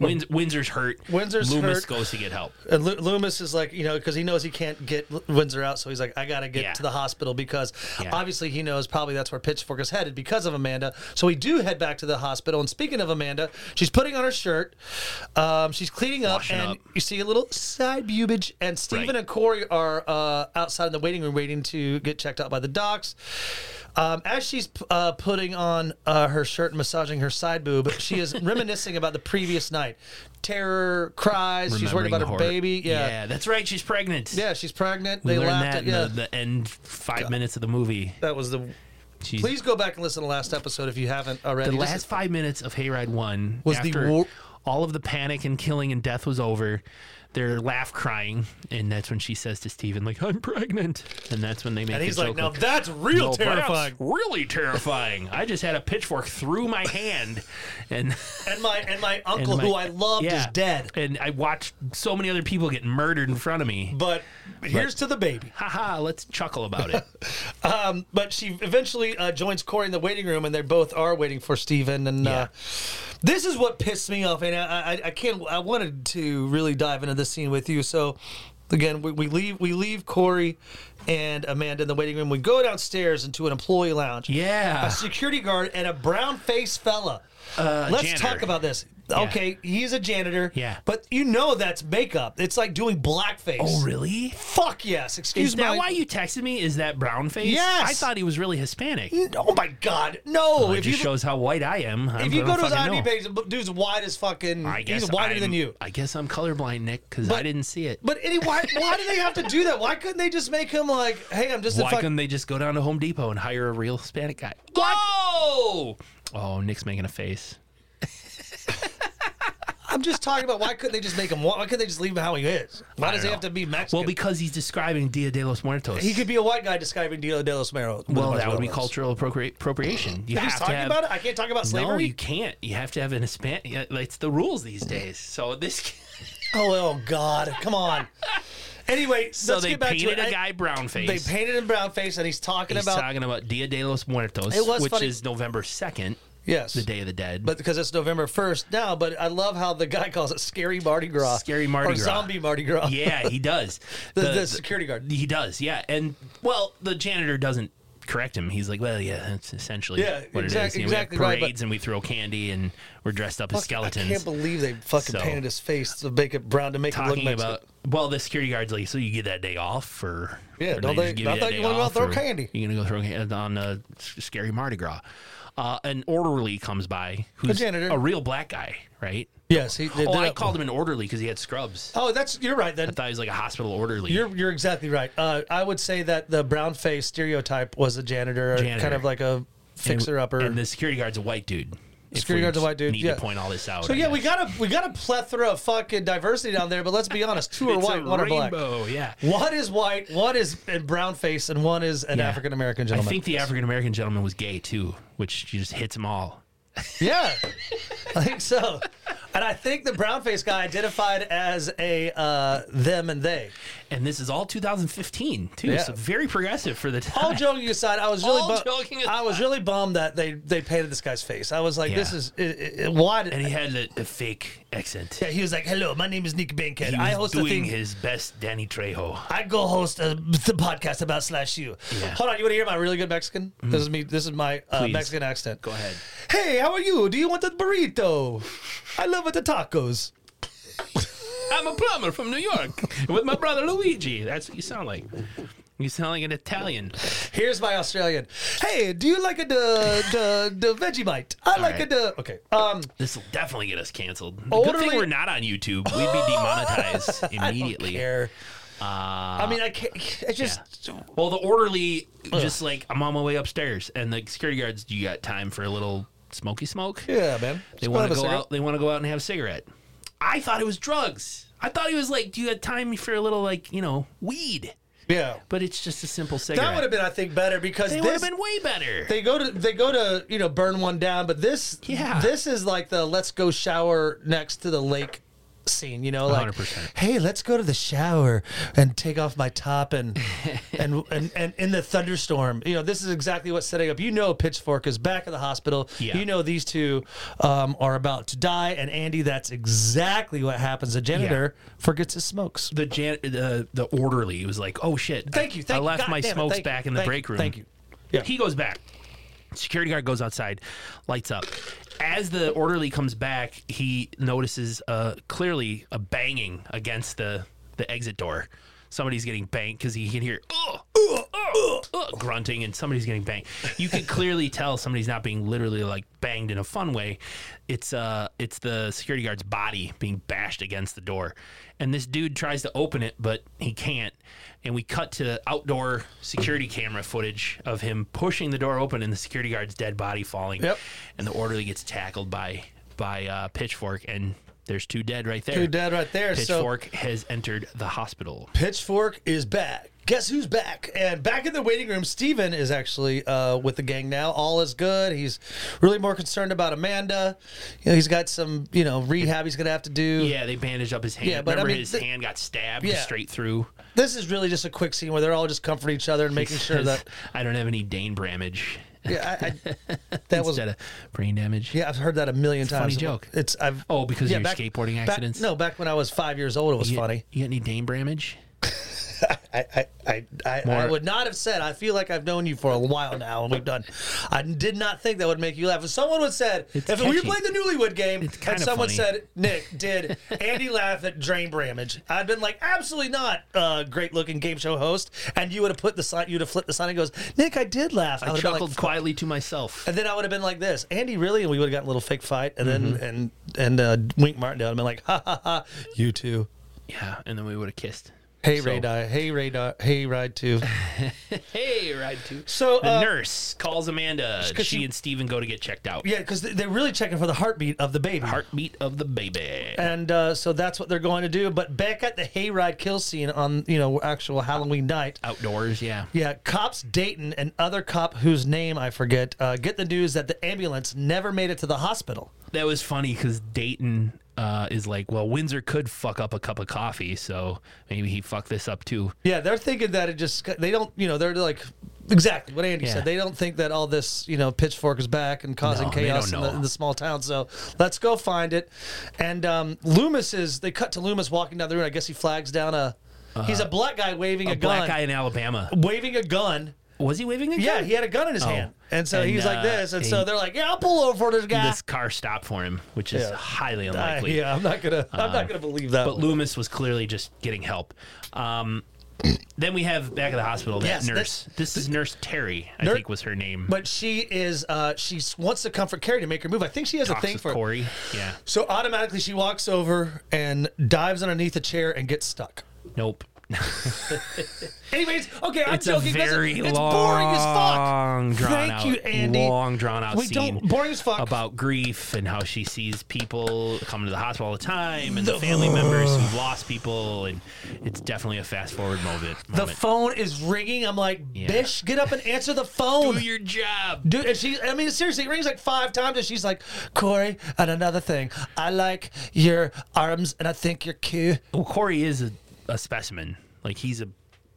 S3: Win- Windsor's hurt.
S2: Windsor's
S3: Loomis
S2: hurt.
S3: goes to get help.
S2: And Lu- Loomis is like, you know, because he knows he can't get L- Windsor out, so he's like, I gotta get
S3: Yeah.
S2: to the hospital because
S3: Yeah.
S2: obviously he knows probably that's where Pitchfork is headed because of Amanda. So we do head back to the hospital. And speaking of Amanda, she's putting on her shirt, um, she's cleaning up,
S3: Washing
S2: and
S3: up.
S2: you see a little side bubage. And Stephen
S3: Right.
S2: and Corey are uh, outside in the waiting room waiting to get checked out by the docs. Um, as she's p- uh, putting on uh, her shirt and massaging her side boob, she is reminiscing about the previous night. Terror, cries. She's worried
S3: Remembering
S2: about
S3: the
S2: her
S3: horror.
S2: baby. Yeah.
S3: yeah, that's right. She's pregnant.
S2: Yeah, she's pregnant.
S3: we
S2: they
S3: learned
S2: laughed at
S3: that
S2: yeah.
S3: in the, the end five minutes of the movie.
S2: that was the.
S3: She's-
S2: Please go back and listen to the last episode if you haven't already.
S3: the
S2: This
S3: last
S2: is-
S3: five minutes of Hayride One
S2: Was the
S3: after
S2: war-
S3: all of the panic and killing and death was over. They're laugh crying, and that's when she says to Steven, like, I'm pregnant. And that's when they make
S2: and he's
S3: the
S2: like,
S3: joke
S2: "Now that's real
S3: "No, that's
S2: terrifying."
S3: really terrifying. I just had a pitchfork through my hand, and
S2: And my and my
S3: and
S2: uncle,
S3: my-
S2: who I loved,
S3: yeah.
S2: is dead.
S3: And I watched so many other people get murdered in front of me.
S2: But here's to the baby.
S3: Haha, let's chuckle about it.
S2: Um, but she eventually uh, joins Corey in the waiting room, and they both are waiting for Steven. And
S3: Yeah.
S2: uh, this is what pissed me off, and I, I, I can't. I wanted to really dive into this scene with you. So again, we, we leave we leave Corey and Amanda in the waiting room. We go downstairs into an employee lounge.
S3: Yeah.
S2: a security guard and a brown faced fella.
S3: Uh,
S2: Let's
S3: janitor.
S2: talk about this. Okay, he's a janitor.
S3: Yeah.
S2: but you know that's makeup. It's like doing blackface.
S3: Oh, really?
S2: Fuck yes. Excuse
S3: Is that
S2: my-
S3: why you texted me? Is that brown face?
S2: Yes.
S3: I thought he was really Hispanic.
S2: Oh my God! No,
S3: Well,
S2: if
S3: it Oh, just
S2: you
S3: shows how white I am. I'm
S2: if you go to his
S3: fucking
S2: ID
S3: know.
S2: page, the dude's wide as fucking.
S3: I guess
S2: he's wider
S3: I'm-
S2: than you.
S3: I guess I'm colorblind, Nick, because I
S2: But-
S3: didn't see it.
S2: But anyway, why, why do they have to do that? Why couldn't they just make him like, hey, I'm just a
S3: Why
S2: fucking.
S3: couldn't they just go down to Home Depot and hire a real Hispanic guy? Whoa! Oh, Nick's making a face.
S2: I'm just talking about why couldn't they just make him? Why couldn't they just leave him how he is? Why does he have to be Mexican?
S3: Well, because he's describing Dia de los Muertos.
S2: he could be a white guy describing Dia de los Meros.
S3: well, that would be cultural appropri- appropriation. You
S2: He's
S3: have to
S2: talking
S3: have,
S2: about it. I can't talk about
S3: No,
S2: slavery.
S3: you can't. You have to have an Hispanic. yeah, like, It's the rules these days. So this.
S2: Oh, oh God, come on. Anyway,
S3: So
S2: let's
S3: they
S2: get back to it.
S3: painted a
S2: I-
S3: guy brown face.
S2: They painted him brown face, and he's talking
S3: He's
S2: about
S3: talking about Dia de los Muertos,
S2: It was
S3: which
S2: funny-
S3: is November second,
S2: yes,
S3: the Day of the Dead.
S2: but because it's November first now. But I love how the guy calls it scary Mardi Gras,
S3: Scary Mardi
S2: or
S3: Gras.
S2: zombie Mardi Gras.
S3: yeah, he does.
S2: the, the, security guard.
S3: He does, yeah. And well, the janitor doesn't correct him. He's like, well, yeah, that's essentially
S2: Yeah,
S3: what
S2: exact-
S3: it is. You know,
S2: exactly
S3: we
S2: right,
S3: have
S2: but-
S3: parades and we throw candy and we're dressed up
S2: I
S3: as
S2: can't
S3: skeletons.
S2: believe they fucking
S3: So-
S2: painted his face to make it brown to make it look
S3: Talking
S2: Mexican.
S3: about well, the security guard's like, so you get that day off, or
S2: Yeah,
S3: or
S2: don't
S3: just
S2: they-
S3: give
S2: I
S3: that
S2: thought you
S3: day
S2: wanted to go
S3: off,
S2: throw
S3: or
S2: candy.
S3: You're gonna go throw candy on uh, scary Mardi Gras. Uh, an orderly comes by who's
S2: janitor.
S3: a real black guy, right?
S2: yes, he did.
S3: Oh, I called him an orderly because he had scrubs.
S2: Oh, that's you're right. Then
S3: I thought he was like a hospital orderly.
S2: You're you're exactly right. Uh, I would say that the brown face stereotype was a janitor, or
S3: Janitor.
S2: kind of like a fixer upper.
S3: and the security guard's a white dude. If
S2: Security
S3: we
S2: guard's a white dude,
S3: Need
S2: yeah.
S3: to point all this out.
S2: so
S3: I
S2: yeah, we
S3: guess.
S2: got a we got a plethora of fucking diversity down there. But let's be honest, two are
S3: It's a
S2: white, one are black.
S3: rainbow, Yeah.
S2: One is white, one is a brown face, and one is an
S3: Yeah.
S2: African American
S3: I
S2: gentleman.
S3: think the African American gentleman was gay too, which just hits them all.
S2: yeah, I think so. And I think the brown face guy identified as a uh, them and they.
S3: And this is all 2015 too,
S2: Yeah.
S3: so very progressive for the time.
S2: All joking aside, I was really
S3: All
S2: bu-
S3: joking
S2: I was really bummed that they they painted this guy's face. I was like,
S3: Yeah.
S2: this is it, it, it- why did
S3: and he had a, a fake accent.
S2: Yeah, he was like, "Hello, my name is Nick Bankhead.
S3: He
S2: I
S3: was
S2: host a
S3: doing
S2: thing.
S3: his best, Danny Trejo.
S2: I go host a, the podcast about slash you.
S3: Yeah. Mm-hmm.
S2: Hold on, you want to hear my really good Mexican? This is me. This is my uh,
S3: Please.
S2: Mexican accent.
S3: Go ahead.
S2: Hey, how are you? Do you want a burrito? I love it, the tacos.
S3: I'm a plumber from New York with my brother Luigi. That's what you sound like. You sound like an Italian.
S2: Here's my Australian. Hey, do you like a the the the Vegemite? I like
S3: right.
S2: a the okay. Um,
S3: This will definitely get us canceled. Good
S2: Orderly-
S3: thing we're not on YouTube. We'd be demonetized immediately. Uh,
S2: here. I mean, I can't. I just
S3: Well, the orderly just like I'm on my way upstairs, and the security guards, you got time for a little smoky smoke?
S2: yeah, man.
S3: They want to go out. They want to go out and have a cigarette. I thought it was drugs. I thought he was like, do you got time for a little like you know weed?
S2: Yeah,
S3: But it's just a simple cigarette.
S2: that would have been, I think, better because
S3: They would
S2: this
S3: have been way better.
S2: they go to they go to you know burn one down, but this
S3: Yeah.
S2: this is like the let's go shower next to the lake scene. You know, like
S3: 100%.
S2: hey, let's go to the shower and take off my top and and and and in the thunderstorm. You know, this is exactly what's setting up. You know, Pitchfork is back at the hospital.
S3: Yeah.
S2: You know, these two um, are about to die, and Andy, that's exactly what happens. The janitor forgets his smokes.
S3: the jan- the the orderly was like, "Oh shit!
S2: Thank you. Thank
S3: I
S2: you.
S3: left
S2: God
S3: my
S2: damn it.
S3: smokes
S2: Thank you.
S3: back in the
S2: Thank you.
S3: break room.
S2: Thank you. Yeah.
S3: He goes back. Security guard goes outside, lights up. As the orderly comes back, he notices uh, clearly a banging against the the exit door. Somebody's getting banged because he can hear "Ugh, ugh, ugh, ugh," grunting, and somebody's getting banged. You can clearly tell somebody's not being literally like banged in a fun way. It's uh, it's the security guard's body being bashed against the door, and this dude tries to open it, but he can't. And we cut to outdoor security camera footage of him pushing the door open and the security guard's dead body falling.
S2: Yep.
S3: And the orderly gets tackled by by uh, Pitchfork, and there's two dead right there.
S2: You're dead right there. So
S3: Pitchfork has entered the hospital.
S2: Pitchfork is back. Guess who's back? And back in the waiting room, Steven is actually uh, with the gang now. All is good. He's really more concerned about Amanda. You know, he's got some, you know, rehab he's going to have to do.
S3: Yeah, they bandaged up his hand.
S2: Yeah, but I
S3: Remember
S2: mean,
S3: his
S2: the-
S3: hand got stabbed
S2: Yeah.
S3: straight through.
S2: This is really just a quick scene where they're all just comforting each other and making sure that.
S3: I don't have any Dane Bramage
S2: Yeah, I, I, that was.
S3: instead of brain damage.
S2: Yeah, I've heard that a million
S3: a funny
S2: times.
S3: joke.
S2: It's I've
S3: Oh, because
S2: yeah,
S3: of your
S2: back-
S3: skateboarding
S2: back-
S3: accidents?
S2: no, back when I was five years old, it was
S3: You-
S2: funny.
S3: You got any Dane Bramage?
S2: I I, I, I, I
S3: More-
S2: would not have said. I feel like I've known you for a while now, and we've done. I did not think that would make you laugh. If someone would said,
S3: It's
S2: if we
S3: catchy.
S2: played the Newlywed Game,
S3: It's
S2: and
S3: kinda
S2: someone
S3: funny.
S2: said Nick did Andy laugh at Drain Bramage, I'd been like, absolutely not, uh, great looking game show host. And you would have put the sign, you'd have flipped the sign and goes, Nick, I did laugh. I,
S3: I
S2: would have been
S3: chuckled
S2: like, Uh,
S3: quietly to myself.
S2: and then I would have been like this, Andy, really? And we would have gotten a little fake fight, and
S3: Mm-hmm.
S2: then and and uh, Wink Martindale would have been like, ha ha ha, you too.
S3: Yeah, and then we would have kissed.
S2: Hey
S3: So-
S2: radar. Hey radar. Hey ride two.
S3: Hey, ride two.
S2: So
S3: The
S2: uh,
S3: nurse calls Amanda.
S2: 'cause
S3: She
S2: she-
S3: and Steven go to get checked out.
S2: yeah, because they're really checking for the heartbeat of the baby.
S3: Heartbeat of the baby.
S2: and uh, so that's what they're going to do. But back at the hayride kill scene on you know actual Halloween night,
S3: Outdoors, yeah.
S2: yeah, cops Dayton and other cop whose name I forget uh, get the news that the ambulance never made it to the hospital.
S3: That was funny because Dayton uh, is like, well, Windsor could fuck up a cup of coffee, so maybe he fucked this up too.
S2: Yeah, they're thinking that it just they don't you know they're like exactly what Andy
S3: Yeah.
S2: said. They don't think that all this you know pitchfork is back and causing
S3: No, they
S2: chaos
S3: don't
S2: in the,
S3: know.
S2: in the small town. So let's go find it. And um, Loomis is they cut to Loomis walking down the road. I guess he flags down a he's a black guy waving a,
S3: Uh-huh. A
S2: gun,
S3: black guy in Alabama.
S2: waving a gun.
S3: Was he waving a gun?
S2: Yeah, he had a gun in his
S3: Oh.
S2: hand. And so
S3: And,
S2: he's
S3: uh,
S2: like this. And so
S3: and-
S2: they're like, yeah, I'll pull over for this guy.
S3: This car stopped for him, which is
S2: Yeah. Uh,
S3: highly
S2: I-
S3: unlikely.
S2: yeah, I'm not going to I'm not going to believe that.
S3: Uh-huh. But Loomis was clearly just getting help. Um, then we have back at the hospital that
S2: Yes,
S3: nurse. this is Nurse Terry, I
S2: Nur-
S3: think was her name.
S2: but she is uh, she wants to comfort Carrie to make her move. I think she has a
S3: Talks
S2: thing
S3: with
S2: for it.
S3: Corey. Yeah.
S2: So automatically she walks over and dives underneath a chair and gets stuck.
S3: Nope.
S2: Anyways, okay, I'm
S3: It's a
S2: joking. That's-
S3: very
S2: it's
S3: long,
S2: boring as fuck.
S3: drawn
S2: Thank
S3: out,
S2: you, Andy.
S3: Long drawn out
S2: We
S3: scene.
S2: don't boring as fuck.
S3: about grief and how she sees people come to the hospital all the time and the family members who've lost people and it's definitely a fast forward moment.
S2: the
S3: moment.
S2: phone is ringing. I'm like, bitch, get up and answer the phone.
S3: Do your job.
S2: Dude, and she, I mean, seriously, it rings like five times, and she's like, Corey, and another thing, I like your arms, and I think you're cute.
S3: Well, Corey is a, a specimen. Like he's a,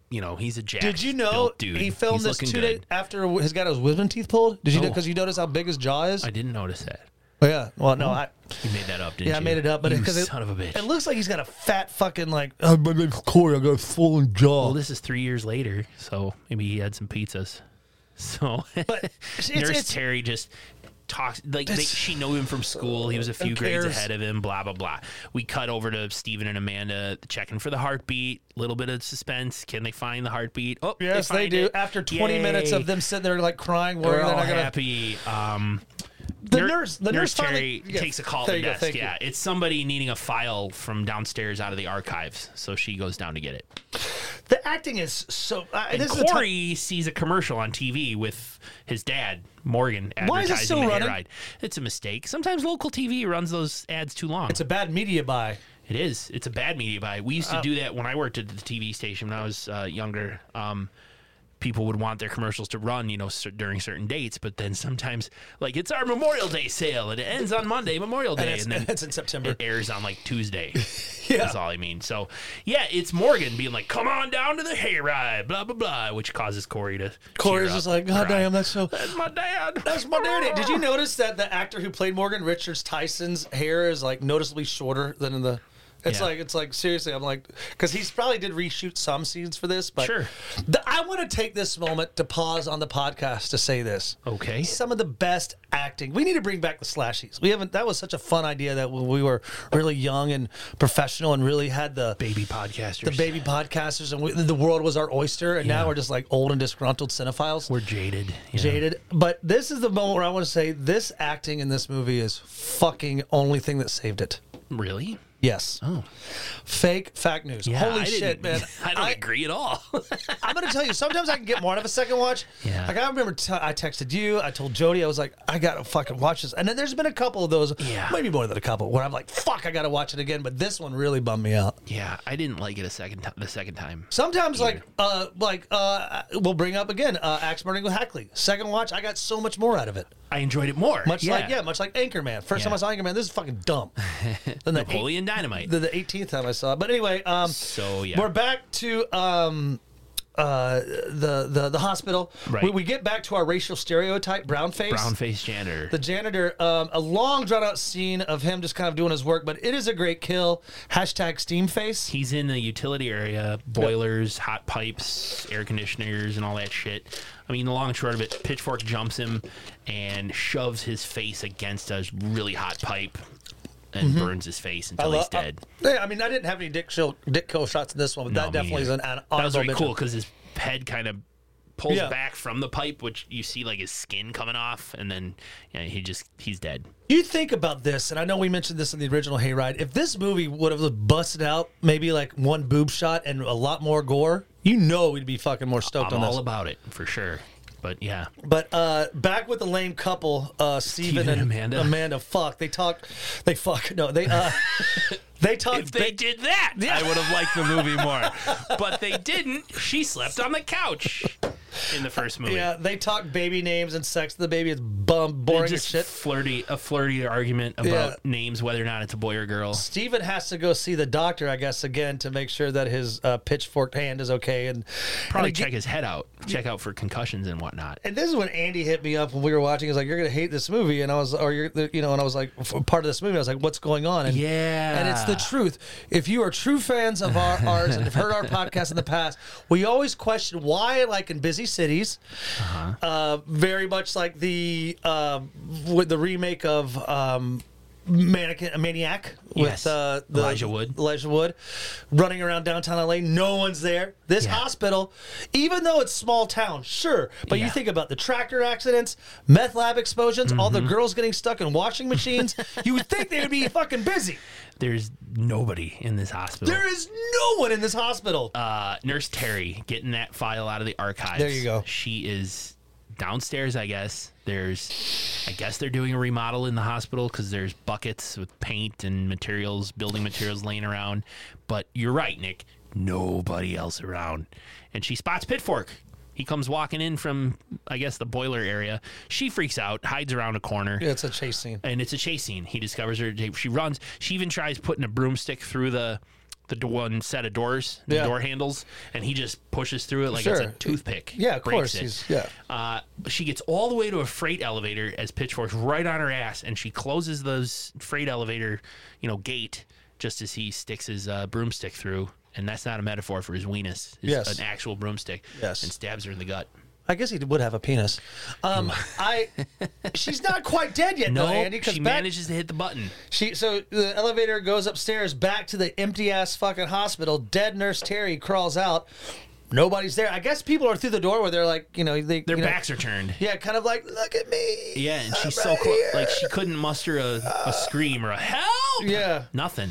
S3: you know, he's a jack.
S2: Did you know
S3: dude?
S2: he filmed
S3: He's
S2: this
S3: looking
S2: two days
S3: good.
S2: after his got his wisdom teeth pulled? Did you know?
S3: Oh.
S2: Because you notice how big his jaw is?
S3: I didn't notice that.
S2: oh, yeah. Well, no, I,
S3: You made that up, didn't
S2: yeah, I
S3: you?
S2: made it up, but
S3: you
S2: because it,
S3: son of a bitch.
S2: it looks like he's got a fat fucking, like, oh, my name's Corey, I got a full jaw.
S3: well, this is three years later, so maybe he had some pizzas. So,
S2: but it's,
S3: Nurse
S2: it's, it's,
S3: Terry just talks like they,
S2: That's-
S3: she knew him from school. He was a few grades
S2: cares?
S3: ahead of him. Blah blah blah. We cut over to Steven and Amanda checking for the heartbeat. Little bit of suspense. Can they find the heartbeat? Oh,
S2: yes, they,
S3: find
S2: do.
S3: it.
S2: After 20
S3: Yay.
S2: minutes of them sitting there, like, crying,
S3: We're
S2: worrying,
S3: all
S2: they're not going to.
S3: happy. Um,
S2: The
S3: Nur-
S2: nurse, the nurse, finally
S3: Terry takes a call
S2: There
S3: to
S2: you go,
S3: desk.
S2: thank you.
S3: yeah, it's somebody needing a file from downstairs out of the archives. So she goes down to get it.
S2: The acting is so. Uh,
S3: And
S2: this is the time-
S3: Corey sees a commercial on TV with his dad, Morgan, advertising
S2: Why is it still
S3: the
S2: running?
S3: hayride. It's a mistake. Sometimes local TV runs those ads too long.
S2: It's a Oh. bad media buy.
S3: It is. It's a bad media buy. We used to do that when I worked at the TV station when I was uh, younger. Um, people would want their commercials to run, you know, cer- during certain dates, but then sometimes, like, it's our Memorial Day sale and it ends on Monday, Memorial Day,
S2: And
S3: and,
S2: it's,
S3: then
S2: it's in September.
S3: it airs on like Tuesday.
S2: Yeah.
S3: That's all I mean. So, yeah, it's Morgan being like, "Come on down to the hayride," blah blah blah, which causes Corey to.
S2: Corey's
S3: cheer
S2: just
S3: up,
S2: like, God
S3: cry.
S2: damn, that's so.
S3: That's my dad.
S2: That's my daddy. Did you notice that the actor who played Morgan Richards Tyson's hair is like noticeably shorter than in the. It's
S3: Yeah.
S2: like it's like seriously, I'm like because he's probably did reshoot some scenes for this, but
S3: Sure.
S2: The, I want to take this moment to pause on the podcast to say this.
S3: Okay.
S2: some of the best acting. We need to bring back the slashies. We haven't. That was such a fun idea that when we were really young and professional and really had the
S3: Baby podcasters.
S2: the baby podcasters and we, the world was our oyster and now we're just like old and disgruntled cinephiles
S3: We're jaded. you know.
S2: jaded but this is the moment where i want to say this acting in this movie is fucking only thing that saved it
S3: Really?
S2: yes
S3: Oh.
S2: fake fact news
S3: Yeah,
S2: holy
S3: I
S2: shit
S3: didn't-
S2: man
S3: I don't agree at all.
S2: i'm gonna tell you sometimes i can get more out of a second watch
S3: Yeah.
S2: like i remember t- i texted you i told jody i was like i gotta fucking watch this and then there's been a couple of those
S3: Yeah.
S2: maybe more than a couple where i'm like fuck i gotta watch it again but this one really bummed me out
S3: yeah, I didn't like it a second time. The second time.
S2: Sometimes, like, uh, like uh, we'll bring up again, uh, Axe Murdering with Hackley. Second watch, I got so much more out of it.
S3: I enjoyed it more.
S2: Much like, yeah, much like Anchorman. First time I
S3: Yeah.
S2: saw Anchorman, this is fucking dumb. then the eight-
S3: Napoleon Dynamite.
S2: the- the eighteenth time I saw it, but anyway, um,
S3: So, yeah.
S2: we're back to um, uh, the the the hospital.
S3: Right.
S2: We, we get back to our racial stereotype, brown face.
S3: Brown face janitor.
S2: The janitor, um, a long drawn out scene of him just kind of doing his work, but it is a great kill. Hashtag steam face.
S3: He's in the utility area, boilers, hot pipes, air conditioners, and all that shit. I mean, the long and short of it, Pitchfork jumps him and shoves his face against a really hot pipe and burns his face until he's
S2: Well, Mm-hmm. uh,
S3: dead.
S2: yeah, I mean, I didn't have any dick kill, dick kill shots in this one, but
S3: No,
S2: that
S3: me
S2: definitely is
S3: neither.
S2: an, an
S3: that was
S2: honorable
S3: really
S2: mention.
S3: cool because his head kind of pulls
S2: Yeah.
S3: back from the pipe, which you see like his skin coming off, and then yeah, he just he's dead.
S2: You think about this, and I know we mentioned this in the original Hayride. If this movie would have busted out maybe like one boob shot and a lot more gore, you know we'd be fucking more stoked
S3: I'm
S2: on this.
S3: all about it for sure. But yeah,
S2: But uh, back with the lame couple, uh, Steven
S3: Steven
S2: and
S3: and
S2: Amanda.
S3: Amanda.
S2: Amanda, fuck. They talk. They fuck. No, they uh, they talk.
S3: if they did that, I would have liked the movie more. but they didn't. She slept on the couch in the first movie.
S2: yeah, they talk baby names and sex to the baby. It's bum boring as
S3: just
S2: shit.
S3: flirty a flirty argument about
S2: Yeah.
S3: names, whether or not it's a boy or girl.
S2: Steven has to go see the doctor, I guess, again to make sure that his uh, pitchforked hand is okay. And
S3: Probably
S2: and, again-
S3: check his head out, check out for concussions and whatnot.
S2: and this is when Andy hit me up when we were watching. He's like, "You're gonna hate this movie," and I was, or you're, you know, and I was like, for part of this movie, I was like, "What's going on?" And
S3: Yeah.
S2: and it's the truth. If you are true fans of our ours and have heard our podcast in the past, we always question why, like in busy cities,
S3: Uh-huh.
S2: uh very much like the uh, with the remake of. Um, Mannequin, maniac with
S3: Yes.
S2: uh, the,
S3: Elijah Wood.
S2: Elijah Wood, running around downtown LA. No one's there. This
S3: Yeah.
S2: hospital, even though it's small town, sure, but you
S3: Yeah.
S2: think about the tractor accidents, meth lab explosions, all
S3: Mm-hmm.
S2: the girls getting stuck in washing machines. you would think they would be fucking busy.
S3: There's nobody in this hospital.
S2: There is no one in this hospital.
S3: uh, Nurse Terry getting that file out of the archives.
S2: There you go.
S3: She is downstairs, I guess. There's, I guess they're doing a remodel in the hospital because there's buckets with paint and materials, building materials laying around. But you're right, Nick. Nobody else around. And she spots Pitfork. He comes walking in from, I guess, the boiler area. She freaks out, hides around a corner
S2: it's a chase scene.
S3: and it's a chase scene. He discovers her. She runs. She even tries putting a broomstick through the the do- one set of doors, the
S2: Yeah.
S3: door handles, and he just pushes through it like it's
S2: Sure.
S3: a toothpick.
S2: Yeah, of
S3: Breaks
S2: course.
S3: it.
S2: He's, yeah.
S3: Uh, she gets all the way to a freight elevator as Pitchfork's right on her ass, and she closes those freight elevator, you know, gate just as he sticks his uh, broomstick through. And that's not a metaphor for his weenus. It's
S2: Yes.
S3: an actual broomstick.
S2: Yes.
S3: And stabs her in the gut.
S2: I guess he would have a penis. Um, I, she's not quite dead yet,
S3: No,
S2: though, Andy. Because
S3: she manages to hit the button.
S2: She so the elevator goes upstairs back to the empty ass fucking hospital. Dead nurse Terry crawls out. Nobody's there. I guess people are through the door where they're like, you know, they
S3: Their
S2: you know,
S3: backs are turned.
S2: Yeah, kind of like, look at me.
S3: Yeah, and she's
S2: right
S3: so close.
S2: here.
S3: Like she couldn't muster a, a scream or a help.
S2: Yeah.
S3: nothing.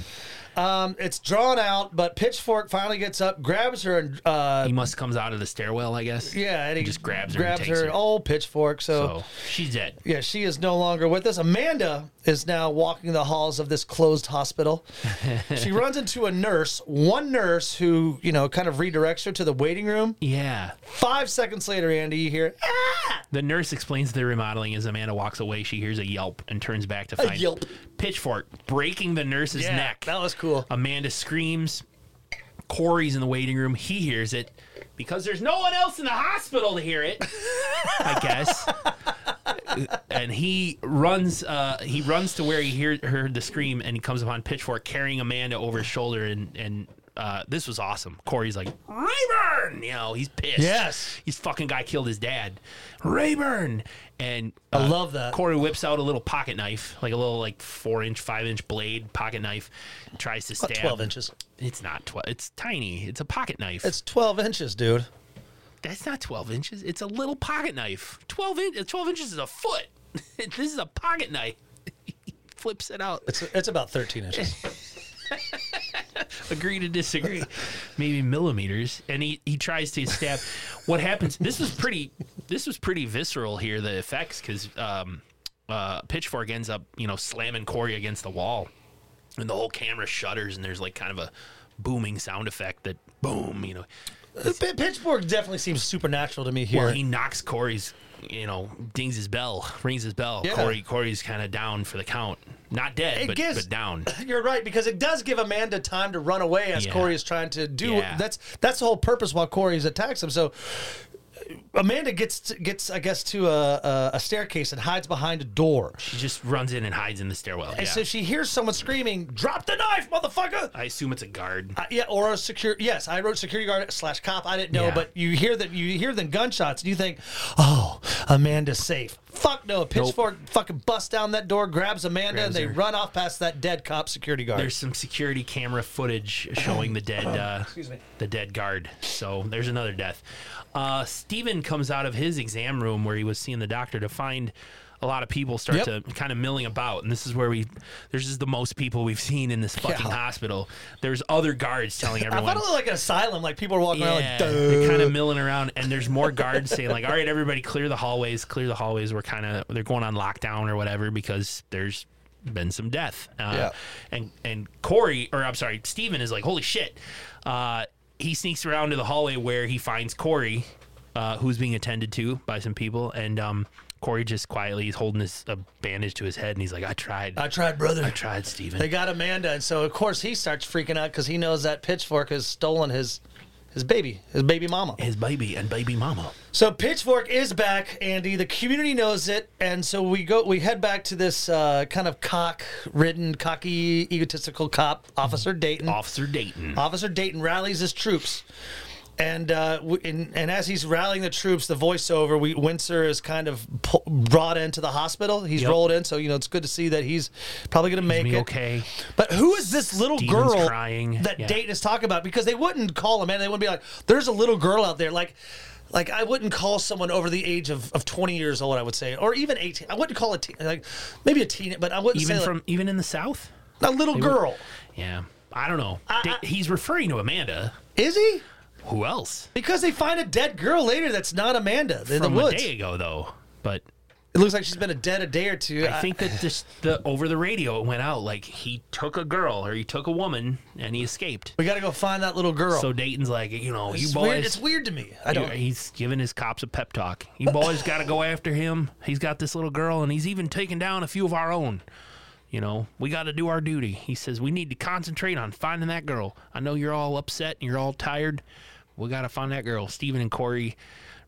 S2: Um, it's drawn out, but Pitchfork finally gets up, grabs her, and uh,
S3: He must comes out of the stairwell, I guess.
S2: yeah, and he,
S3: just grabs her and
S2: grabs
S3: takes
S2: her.
S3: her.
S2: Oh, Pitchfork. So,
S3: So she's dead.
S2: yeah, she is no longer with us. Amanda is now walking the halls of this closed hospital. she runs into a nurse, one nurse who you know kind of redirects her to the waiting room.
S3: Yeah.
S2: Five seconds later, Andy, you hear ah!
S3: The nurse explains the remodeling as Amanda walks away. She hears a yelp and turns back to find
S2: yelp.
S3: Pitchfork breaking the nurse's neck. Um,
S2: That was cool.
S3: Amanda screams. Corey's in the waiting room. He hears it because there's no one else in the hospital to hear it. I guess. And he runs. Uh, he runs to where he hear, heard the scream, and he comes upon Pitchfork carrying Amanda over his shoulder. And and uh, this was awesome. Corey's like Rayburn. You know, he's pissed.
S2: Yes.
S3: he's fucking guy killed his dad, Rayburn. And uh,
S2: I love that.
S3: Corey whips out a little pocket knife, like a little like four inch, five inch blade pocket knife. Tries to stab.
S2: Twelve inches.
S3: It's not twelve. It's tiny. It's a pocket knife.
S2: It's twelve inches, dude.
S3: That's not twelve inches. It's a little pocket knife. Twelve in- Twelve inches is a foot. this is a pocket knife. he flips it out.
S2: It's it's about thirteen inches.
S3: Agree to disagree. Maybe millimeters. And he, he tries to stab. what happens? This was pretty. This was pretty visceral here. The effects because um, uh, Pitchfork ends up you know slamming Corey against the wall, and the whole camera shudders, and there's like kind of a booming sound effect that boom. You know.
S2: P- Pitchfork definitely seems supernatural to me here.
S3: Well, he knocks Corey's, you know, dings his bell, rings his bell.
S2: Yeah.
S3: Corey, Corey's kind of down for the count. Not dead,
S2: It
S3: but,
S2: gives-
S3: but down.
S2: You're right because it does give Amanda time to run away as
S3: Yeah.
S2: Corey is trying to do.
S3: Yeah.
S2: That's that's the whole purpose while Corey attacks him. So Amanda gets to, gets I guess to a, a, a staircase and hides behind a door.
S3: He just runs in and hides in the stairwell.
S2: And
S3: yeah.
S2: so she hears someone screaming, "Drop the knife, motherfucker!"
S3: I assume it's a guard.
S2: Uh, yeah, or a secure. Yes, I wrote security guard slash cop. I didn't know,
S3: Yeah.
S2: but you hear that you hear the gunshots, and you think, "Oh, Amanda's safe. Fuck no. A pitchfork
S3: Nope.
S2: fucking busts down that door, grabs Amanda,
S3: Grabs
S2: and they
S3: her.
S2: run off past that dead cop security guard.
S3: There's some security camera footage showing the dead uh,
S2: me.
S3: the dead guard. So there's another death. Uh, Steven comes out of his exam room where he was seeing the doctor to find a lot of people
S2: Yep.
S3: start to kind of milling about, and this is where we this is the most people we've seen in this fucking
S2: Yeah.
S3: hospital. There's other guards telling
S2: I
S3: everyone.
S2: thought it was like an asylum. Like people are walking
S3: Yeah,
S2: around like,
S3: they're
S2: Duh.
S3: kind of milling around, and there's more guards saying like, "All right, everybody, clear the hallways, clear the hallways." We're kind of they're going on lockdown or whatever because there's been some death. Uh,
S2: Yeah.
S3: And and Corey, or I'm sorry, Steven is like, "Holy shit!" Uh, he sneaks around to the hallway where he finds Corey, uh, who's being attended to by some people, and um, Corey just quietly is holding his a bandage to his head, and he's like, "I tried,
S2: I
S3: I
S2: tried, brother.
S3: tried, Steven.
S2: They got Amanda, and so of course he starts freaking out because he knows that pitchfork has stolen his his baby, his baby mama.
S3: his baby and baby mama."
S2: So Pitchfork is back, Andy. The community knows it, and so we go. We head back to this uh, kind of cock-ridden, cocky, egotistical cop, Officer Dayton.
S3: Officer Dayton.
S2: Officer Dayton rallies his troops, and uh, w- and, and as he's rallying the troops, the voiceover we Windsor is kind of pu- brought into the hospital. He's
S3: Yep.
S2: rolled in, so you know it's good to see that he's probably going to make
S3: Be
S2: it.
S3: okay.
S2: But who is this little
S3: Steven's
S2: girl
S3: crying.
S2: that
S3: Yeah.
S2: Dayton is talking about? Because they wouldn't call him, man. They wouldn't be like, "There's a little girl out there." Like, like I wouldn't call someone over the age of, of 20 years old. I would say, or even 18. I wouldn't call a teen, like maybe a teen, but I wouldn't
S3: Even
S2: say
S3: from even in the South.
S2: like, a little girl.
S3: Yeah, I don't know.
S2: I-
S3: Da-
S2: I-
S3: he's referring to Amanda.
S2: Is he?
S3: Who else?
S2: Because they find a dead girl later that's not Amanda in
S3: From
S2: the
S3: a
S2: woods.
S3: day ago, though. But
S2: It looks like she's been a dead a day or two.
S3: I think that this, the over the radio it went out like he took a girl or he took a woman and he escaped.
S2: we got to go find that little girl.
S3: So Dayton's like, you know, you
S2: it's,
S3: boys.
S2: weird, it's weird to me. I
S3: you-
S2: don't.
S3: he's giving his cops a pep talk. You boys got to go after him. He's got this little girl, and he's even taken down a few of our own. You know, we got to do our duty. He says we need to concentrate on finding that girl. I know you're all upset and you're all tired. We got to find that girl. Steven and Corey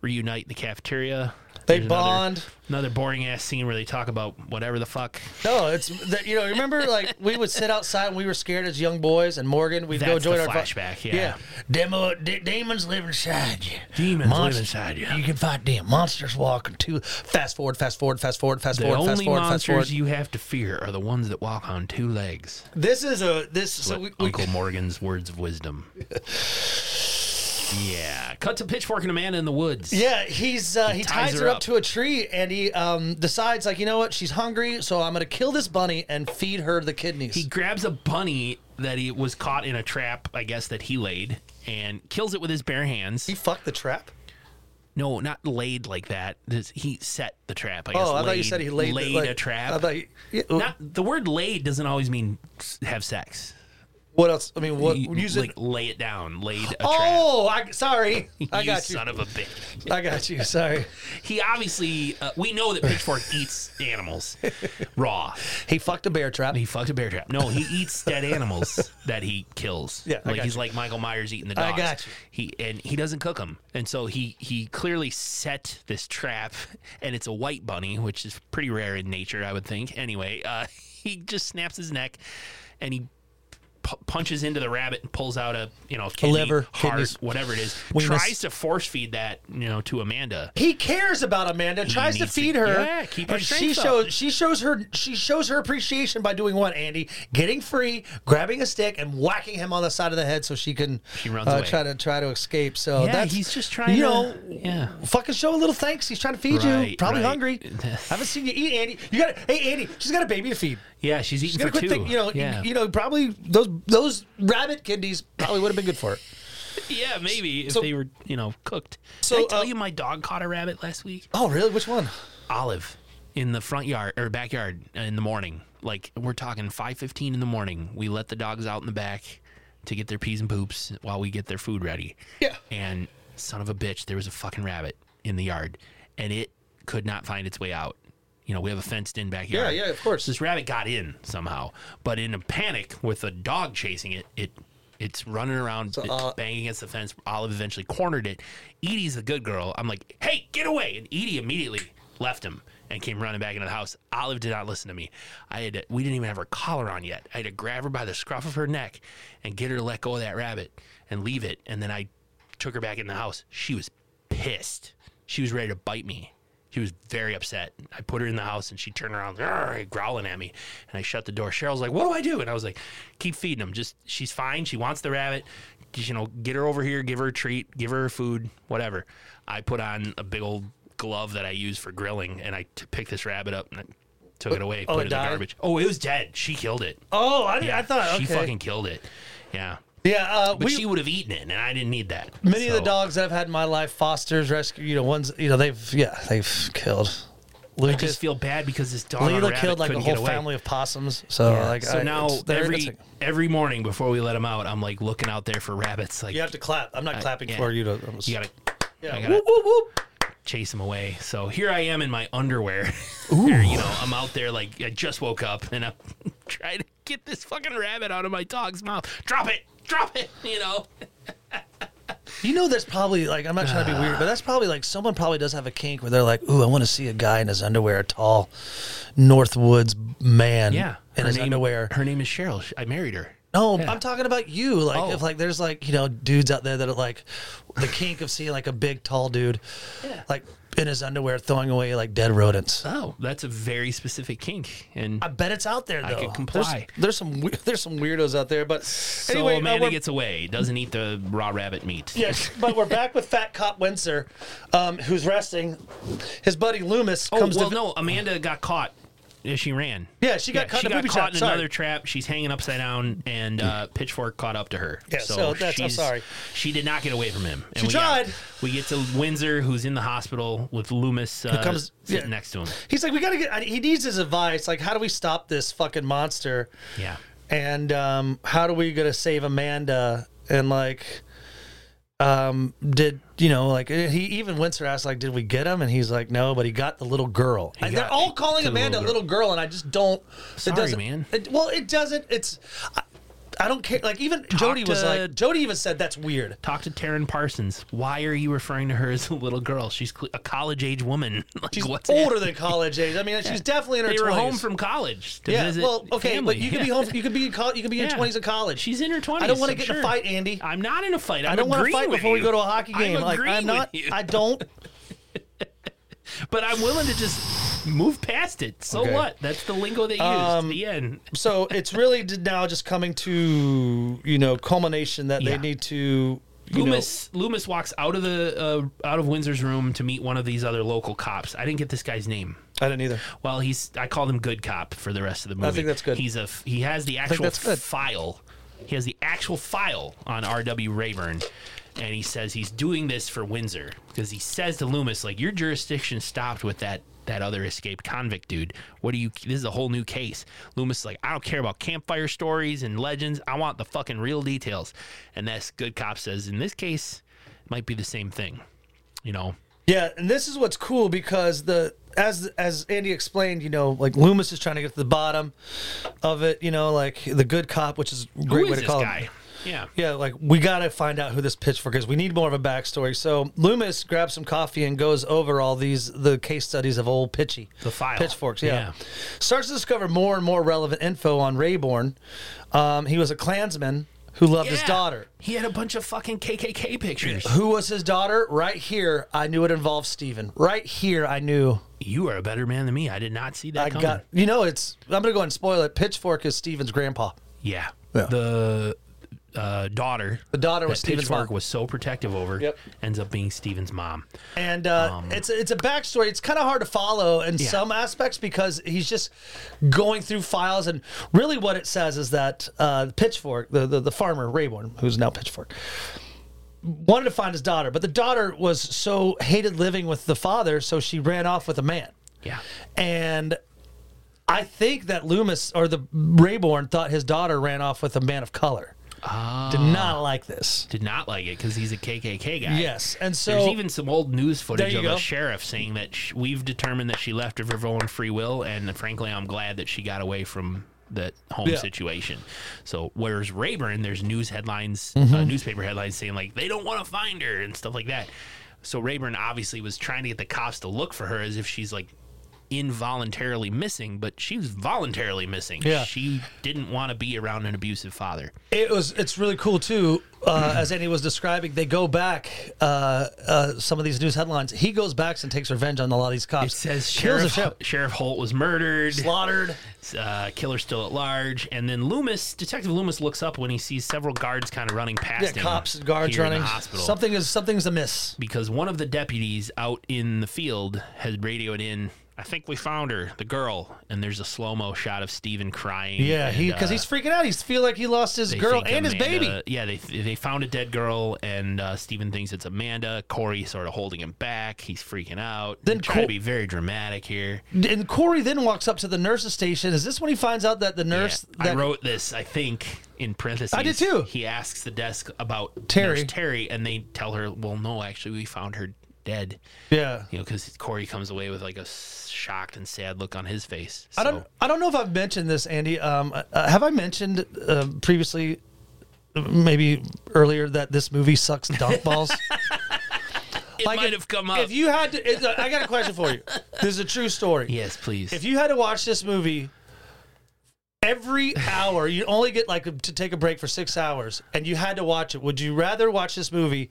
S3: reunite in the cafeteria.
S2: They
S3: another-
S2: bond.
S3: Another, boring ass scene where they talk about whatever the fuck.
S2: No, it's that you know. Remember, like we would sit outside and we were scared as young boys, and Morgan, we'd go
S3: That's
S2: join
S3: the
S2: our fa-
S3: flashback, yeah.
S2: Demo, d- demons live inside you.
S3: Demons live
S2: Monst-
S3: inside you.
S2: You can fight them. Monsters walking too. Fast forward, fast forward, fast forward, fast
S3: The
S2: forward, fast
S3: only
S2: forward, fast forward.
S3: monsters you have to fear are the ones that walk on two legs.
S2: this is a this. So we,
S3: But
S2: we,
S3: Uncle Morgan's words of wisdom. yeah. Cut to pitchfork and Amanda in the woods.
S2: yeah, he's uh, he, ties, her up.
S3: up.
S2: to a tree, and he um, decides like you know what, she's hungry, so I'm gonna kill this bunny and feed her the kidneys.
S3: He grabs a bunny that he was caught in a trap, I guess, that he laid and kills it with his bare hands.
S2: he fucked the trap.
S3: No, not laid like that. This- He set the trap. I guess
S2: Oh, I
S3: laid,
S2: thought you said he laid, the- like-
S3: a trap.
S2: I thought he, yeah,
S3: not, the word laid doesn't always mean s- have sex.
S2: what else? I mean, what
S3: You-
S2: use
S3: like
S2: it?
S3: lay it down, laid a trap.
S2: Oh, I, sorry, I
S3: you
S2: got you.
S3: son of a bitch.
S2: I got you. Sorry.
S3: He obviously, uh, we know that Pitchfork eats animals raw.
S2: He fucked a bear trap.
S3: He fucked a bear trap. No, he eats dead animals that he kills.
S2: Yeah, I
S3: like
S2: got
S3: he's
S2: you.
S3: like Michael Myers eating the
S2: I
S3: dogs.
S2: got you.
S3: He and he doesn't cook them, and so he he clearly set this trap, and it's a white bunny, which is pretty rare in nature, I would think. Anyway, uh, he just snaps his neck, and he. pu- Punches into the rabbit and pulls out a you know kidney,
S2: liver,
S3: heart,
S2: kidneys.
S3: whatever it is.
S2: We
S3: tries
S2: miss-
S3: to force feed that you know to Amanda.
S2: He cares about Amanda. tries to
S3: needs to-
S2: feed her.
S3: yeah, keep her
S2: and she
S3: strength up.
S2: shows she shows her she shows her appreciation by doing what Andy getting free, grabbing a stick and whacking him on the side of the head so she can
S3: She runs
S2: uh,
S3: away.
S2: try to try to escape. So
S3: Yeah,
S2: that's
S3: he's just trying
S2: You
S3: to-
S2: know,
S3: yeah.
S2: fucking show a little thanks. He's trying to feed you.
S3: Right,
S2: Probably
S3: right.
S2: hungry. Haven't seen you eat, Andy. You got hey Andy. She's got a baby to feed.
S3: Yeah, she's eating
S2: She's gonna
S3: for
S2: quit
S3: two.
S2: thinking. You know,
S3: yeah,
S2: you know, probably those those rabbit kidneys probably would have been good for her.
S3: yeah, maybe if
S2: So-
S3: they were, you know, cooked.
S2: So,
S3: Did I tell
S2: uh,
S3: you my dog caught a rabbit last week?
S2: Oh really? Which one?
S3: Olive in the front yard or backyard in the morning. Like we're talking five fifteen in the morning. We let the dogs out in the back to get their peas and poops while we get their food ready.
S2: Yeah.
S3: And son of a bitch, there was a fucking rabbit in the yard, and it could not find its way out. You know, we have a fenced in backyard.
S2: Yeah, yeah, of course.
S3: So this rabbit got in somehow, but in a panic with a dog chasing it, it it's running around, it's
S2: uh,
S3: banging against the fence. Olive eventually cornered it. Edie's the good girl. I'm like, hey, get away! And Edie immediately left him and came running back into the house. Olive did not listen to me. I had to, we didn't even have her collar on yet. I had to grab her by the scruff of her neck and get her to let go of that rabbit and leave it. And then I took her back in the house. She was pissed. She was ready to bite me. She She was very upset. I put her in the house and she turned around "Arr," growling at me. And I shut the door. Cheryl's like, What do I do? And I was like, Keep feeding them. Just, she's fine. She wants the rabbit. Just, you know, get her over here, give her a treat, give her food, whatever. I put on a big old glove that I use for grilling and I t- picked this rabbit up and I took it away,
S2: Oh,
S3: put
S2: it
S3: it in
S2: died?
S3: the garbage. Oh, it was dead. She killed it.
S2: Oh, I, didn't
S3: Yeah,
S2: I thought okay.
S3: she fucking killed it. Yeah.
S2: yeah. Uh,
S3: But
S2: we,
S3: she would have eaten it, and I didn't need that.
S2: many of
S3: So,
S2: the dogs that I've had in my life, fosters, rescue, you know, ones, you know, they've yeah, they've killed.
S3: I
S2: Lucas,
S3: just feel bad because this dog on a
S2: Leela
S3: rabbit
S2: killed like a
S3: couldn't get
S2: whole
S3: away.
S2: family of possums. So like,
S3: so
S2: I,
S3: now
S2: it's- they're
S3: every
S2: innocent.
S3: every morning before we let them out, I'm like looking out there for rabbits. Like
S2: you have to clap. I'm not clapping
S3: yeah.
S2: for you to. I'm
S3: you gotta
S2: yeah.
S3: I gotta-
S2: whoop, whoop, whoop.
S3: chase them away. So here I am in my underwear. Or, you know, I'm out there like I just woke up and I'm trying to get this fucking rabbit out of my dog's mouth. Drop it, drop it. You know,
S2: You know, that's probably like I'm not trying to be weird, but that's probably like someone probably does have a kink where they're like, "Ooh, I want to see a guy in his underwear, a tall Northwoods man, in
S3: Her
S2: his
S3: name,
S2: underwear." Oh.
S3: Her name is Cheryl. I married her.
S2: No,
S3: Yeah.
S2: I'm talking about you. Like,
S3: Oh.
S2: if like there's like you know dudes out there that are like the kink of seeing like a big tall dude,
S3: Yeah.
S2: like in his underwear throwing away like dead rodents.
S3: Oh, that's a very specific kink. And
S2: I bet it's out there though.
S3: could
S2: There's-
S3: comply.
S2: There's, some we- there's some weirdos out there, but
S3: so
S2: anyway, uh,
S3: Amanda
S2: we're-
S3: gets away, doesn't eat the raw rabbit meat.
S2: Yes, but we're back with Fat Cop Windsor, um, who's resting. His buddy Loomis
S3: Oh,
S2: comes
S3: well,
S2: to.
S3: no, Amanda got caught. Yeah, she ran.
S2: Yeah, she got caught
S3: she
S2: in a
S3: got
S2: booby
S3: caught
S2: trap,
S3: in
S2: sorry.
S3: another trap. She's hanging upside down, and uh, Pitchfork caught up to her.
S2: Yeah, so that's- I'm
S3: she's-
S2: sorry.
S3: She did not get away from him. And
S2: She
S3: we got-
S2: tried.
S3: we get to Windsor, who's in the hospital with Loomis uh,
S2: comes-
S3: sitting
S2: yeah.
S3: next to him.
S2: He's like, we gotta get. He needs his advice. Like, how do we stop this fucking monster?
S3: Yeah.
S2: and um, how do we gonna save Amanda? And like, um, did you know? Like, eh, he even Windsor asked, like, did we get him? And he's like, no, but he got the little girl. And they're
S3: got
S2: all calling
S3: the little
S2: Amanda a
S3: girl.
S2: little girl, and I just don't.
S3: Sorry,
S2: it doesn't,
S3: man.
S2: It, well, it doesn't. It's. I, I don't care. Like even Jody was
S3: to-
S2: like Jody even said that's weird.
S3: Talk to Taryn Parsons. Why are you referring to her as a little girl? She's cl- a college age woman. Like,
S2: She's
S3: what's
S2: older
S3: happening?
S2: than college age. I mean, she's definitely in her
S3: They
S2: 20s.
S3: were home from college. To
S2: yeah.
S3: visit
S2: Well, okay,
S3: family.
S2: but you could be
S3: Yeah.
S2: home. You could be in college. You could be in
S3: Yeah.
S2: your 20s in college.
S3: She's in her twenties.
S2: I don't want to get in a fight, Andy.
S3: I'm not in a fight. I'm
S2: I don't
S3: want to
S2: fight before we go to a hockey game.
S3: I'm
S2: like
S3: agreeing
S2: I'm not.
S3: With you.
S2: I don't.
S3: but I'm willing to just move past it. So
S2: Okay.
S3: what? That's the lingo they use.
S2: Um,
S3: the end.
S2: So it's really d- now just coming to you know culmination that
S3: Yeah.
S2: they need to you
S3: Loomis Loomis walks out of the uh, out of Windsor's room to meet one of these other local cops. I didn't get this guy's name.
S2: know. I didn't either.
S3: Well, he's I call him good cop for the rest of the movie.
S2: think that's good.
S3: He's a f- he has the actual
S2: that's good.
S3: file. He has the actual file on R.W. Rayburn, and he says he's doing this for Windsor because he says to Loomis like your jurisdiction stopped with that that other escaped convict dude. What do you? This is a whole new case. Loomis is like I don't care about campfire stories and legends. I want the fucking real details. And that's good cop says in this case it might be the same thing. You know,
S2: Yeah, and this is what's cool because the as as Andy explained, you know, like Loomis is trying to get to the bottom of it. You know, like the good cop, which is a great
S3: who
S2: way
S3: is
S2: to
S3: this
S2: call
S3: guy?
S2: him.
S3: Yeah.
S2: Yeah, like we gotta find out who this pitchfork is. We need more of a backstory. So Loomis grabs some coffee and goes over all these the case studies of old Pitchy.
S3: The file.
S2: Pitchforks, yeah.
S3: Yeah.
S2: Starts to discover more and more relevant info on Rayborn. Um, he was a Klansman who loved his
S3: Yeah.
S2: daughter.
S3: He had a bunch of fucking KKK pictures.
S2: Who was his daughter? Right here, I knew it involved Steven. Right here, I knew
S3: You are a better man than me. I did not see that
S2: I
S3: coming.
S2: got. You know, it's. I'm gonna go ahead and spoil it. Pitchfork is Steven's grandpa.
S3: yeah.
S2: Yeah.
S3: The uh, daughter.
S2: The daughter
S3: that
S2: was Steven's
S3: Pitchfork
S2: mom.
S3: was so protective over.
S2: Yep.
S3: Ends up being Steven's mom.
S2: and uh,
S3: Um,
S2: it's it's a backstory. It's kind of hard to follow in some aspects because he's just going through files, and really what it says is that uh, Pitchfork, the, the the farmer Rayborn, who's now Pitchfork, wanted to find his daughter, but the daughter was so hated living with the father, so she ran off with a man,
S3: Yeah.
S2: and. I think that Loomis or the Rayborn thought his daughter ran off with a man of color. Did
S3: Ah.
S2: not like this.
S3: Did not like it because he's a KKK guy.
S2: Yes, and so
S3: There's even some old news footage
S2: you
S3: of
S2: go.
S3: a sheriff saying that sh- we've determined that she left of her own free will, and frankly, I'm glad that she got away from that home
S2: Yeah.
S3: situation. So, whereas Rayburn, there's news headlines, uh,
S2: Mm-hmm.
S3: newspaper headlines saying like they don't want to find her and stuff like that. So Rayburn obviously was trying to get the cops to look for her as if she's like involuntarily missing, but she was voluntarily missing.
S2: Yeah.
S3: She didn't want to be around an abusive father.
S2: It was. It's really cool too. Uh, as Andy was describing, they go back. Uh, uh, some of these news headlines. He goes back and takes revenge on a lot of these cops.
S3: It says
S2: Kills a
S3: Sheriff,
S2: sheriff,
S3: Sheriff Holt was murdered.
S2: slaughtered.
S3: uh, killer still at large, and then Loomis, Detective Loomis, looks up when he sees several guards kind of running past
S2: Yeah,
S3: him.
S2: cops and guards
S3: here in
S2: running.
S3: the hospital.
S2: Something is something's amiss.
S3: because one of the deputies out in the field has radioed in. I think we found her, the girl, and there's a slow mo shot of Steven crying.
S2: Yeah,
S3: and,
S2: he because
S3: uh,
S2: he's freaking out. He's feel like he lost his
S3: they
S2: girl
S3: think
S2: and his
S3: Amanda-
S2: baby.
S3: Yeah, they they found a dead girl, and uh, Steven thinks it's Amanda. Corey sort of holding him back. He's freaking out.
S2: Then
S3: They're trying
S2: Cor-
S3: to be very dramatic here.
S2: And Corey then walks up to the nurse's station. Is this when he finds out that the nurse
S3: Yeah,
S2: that
S3: I wrote this, I think, in parentheses.
S2: I did too.
S3: He asks the desk about
S2: Terry.
S3: Terry. Terry, and they tell her, "Well, no, actually, we found her dead."
S2: yeah.
S3: You know, because Corey comes away with like a s- shocked and sad look on his face. So,
S2: I don't. I don't know if I've mentioned this, Andy. Um, uh, have I mentioned uh, previously, maybe earlier, that this movie sucks dunk balls?
S3: It might
S2: if-
S3: have come up.
S2: If you had to, it, I got a question for you. This is a true story.
S3: yes, please.
S2: If you had to watch this movie every hour, you only get like to take a break for six hours, and you had to watch it. Would you rather watch this movie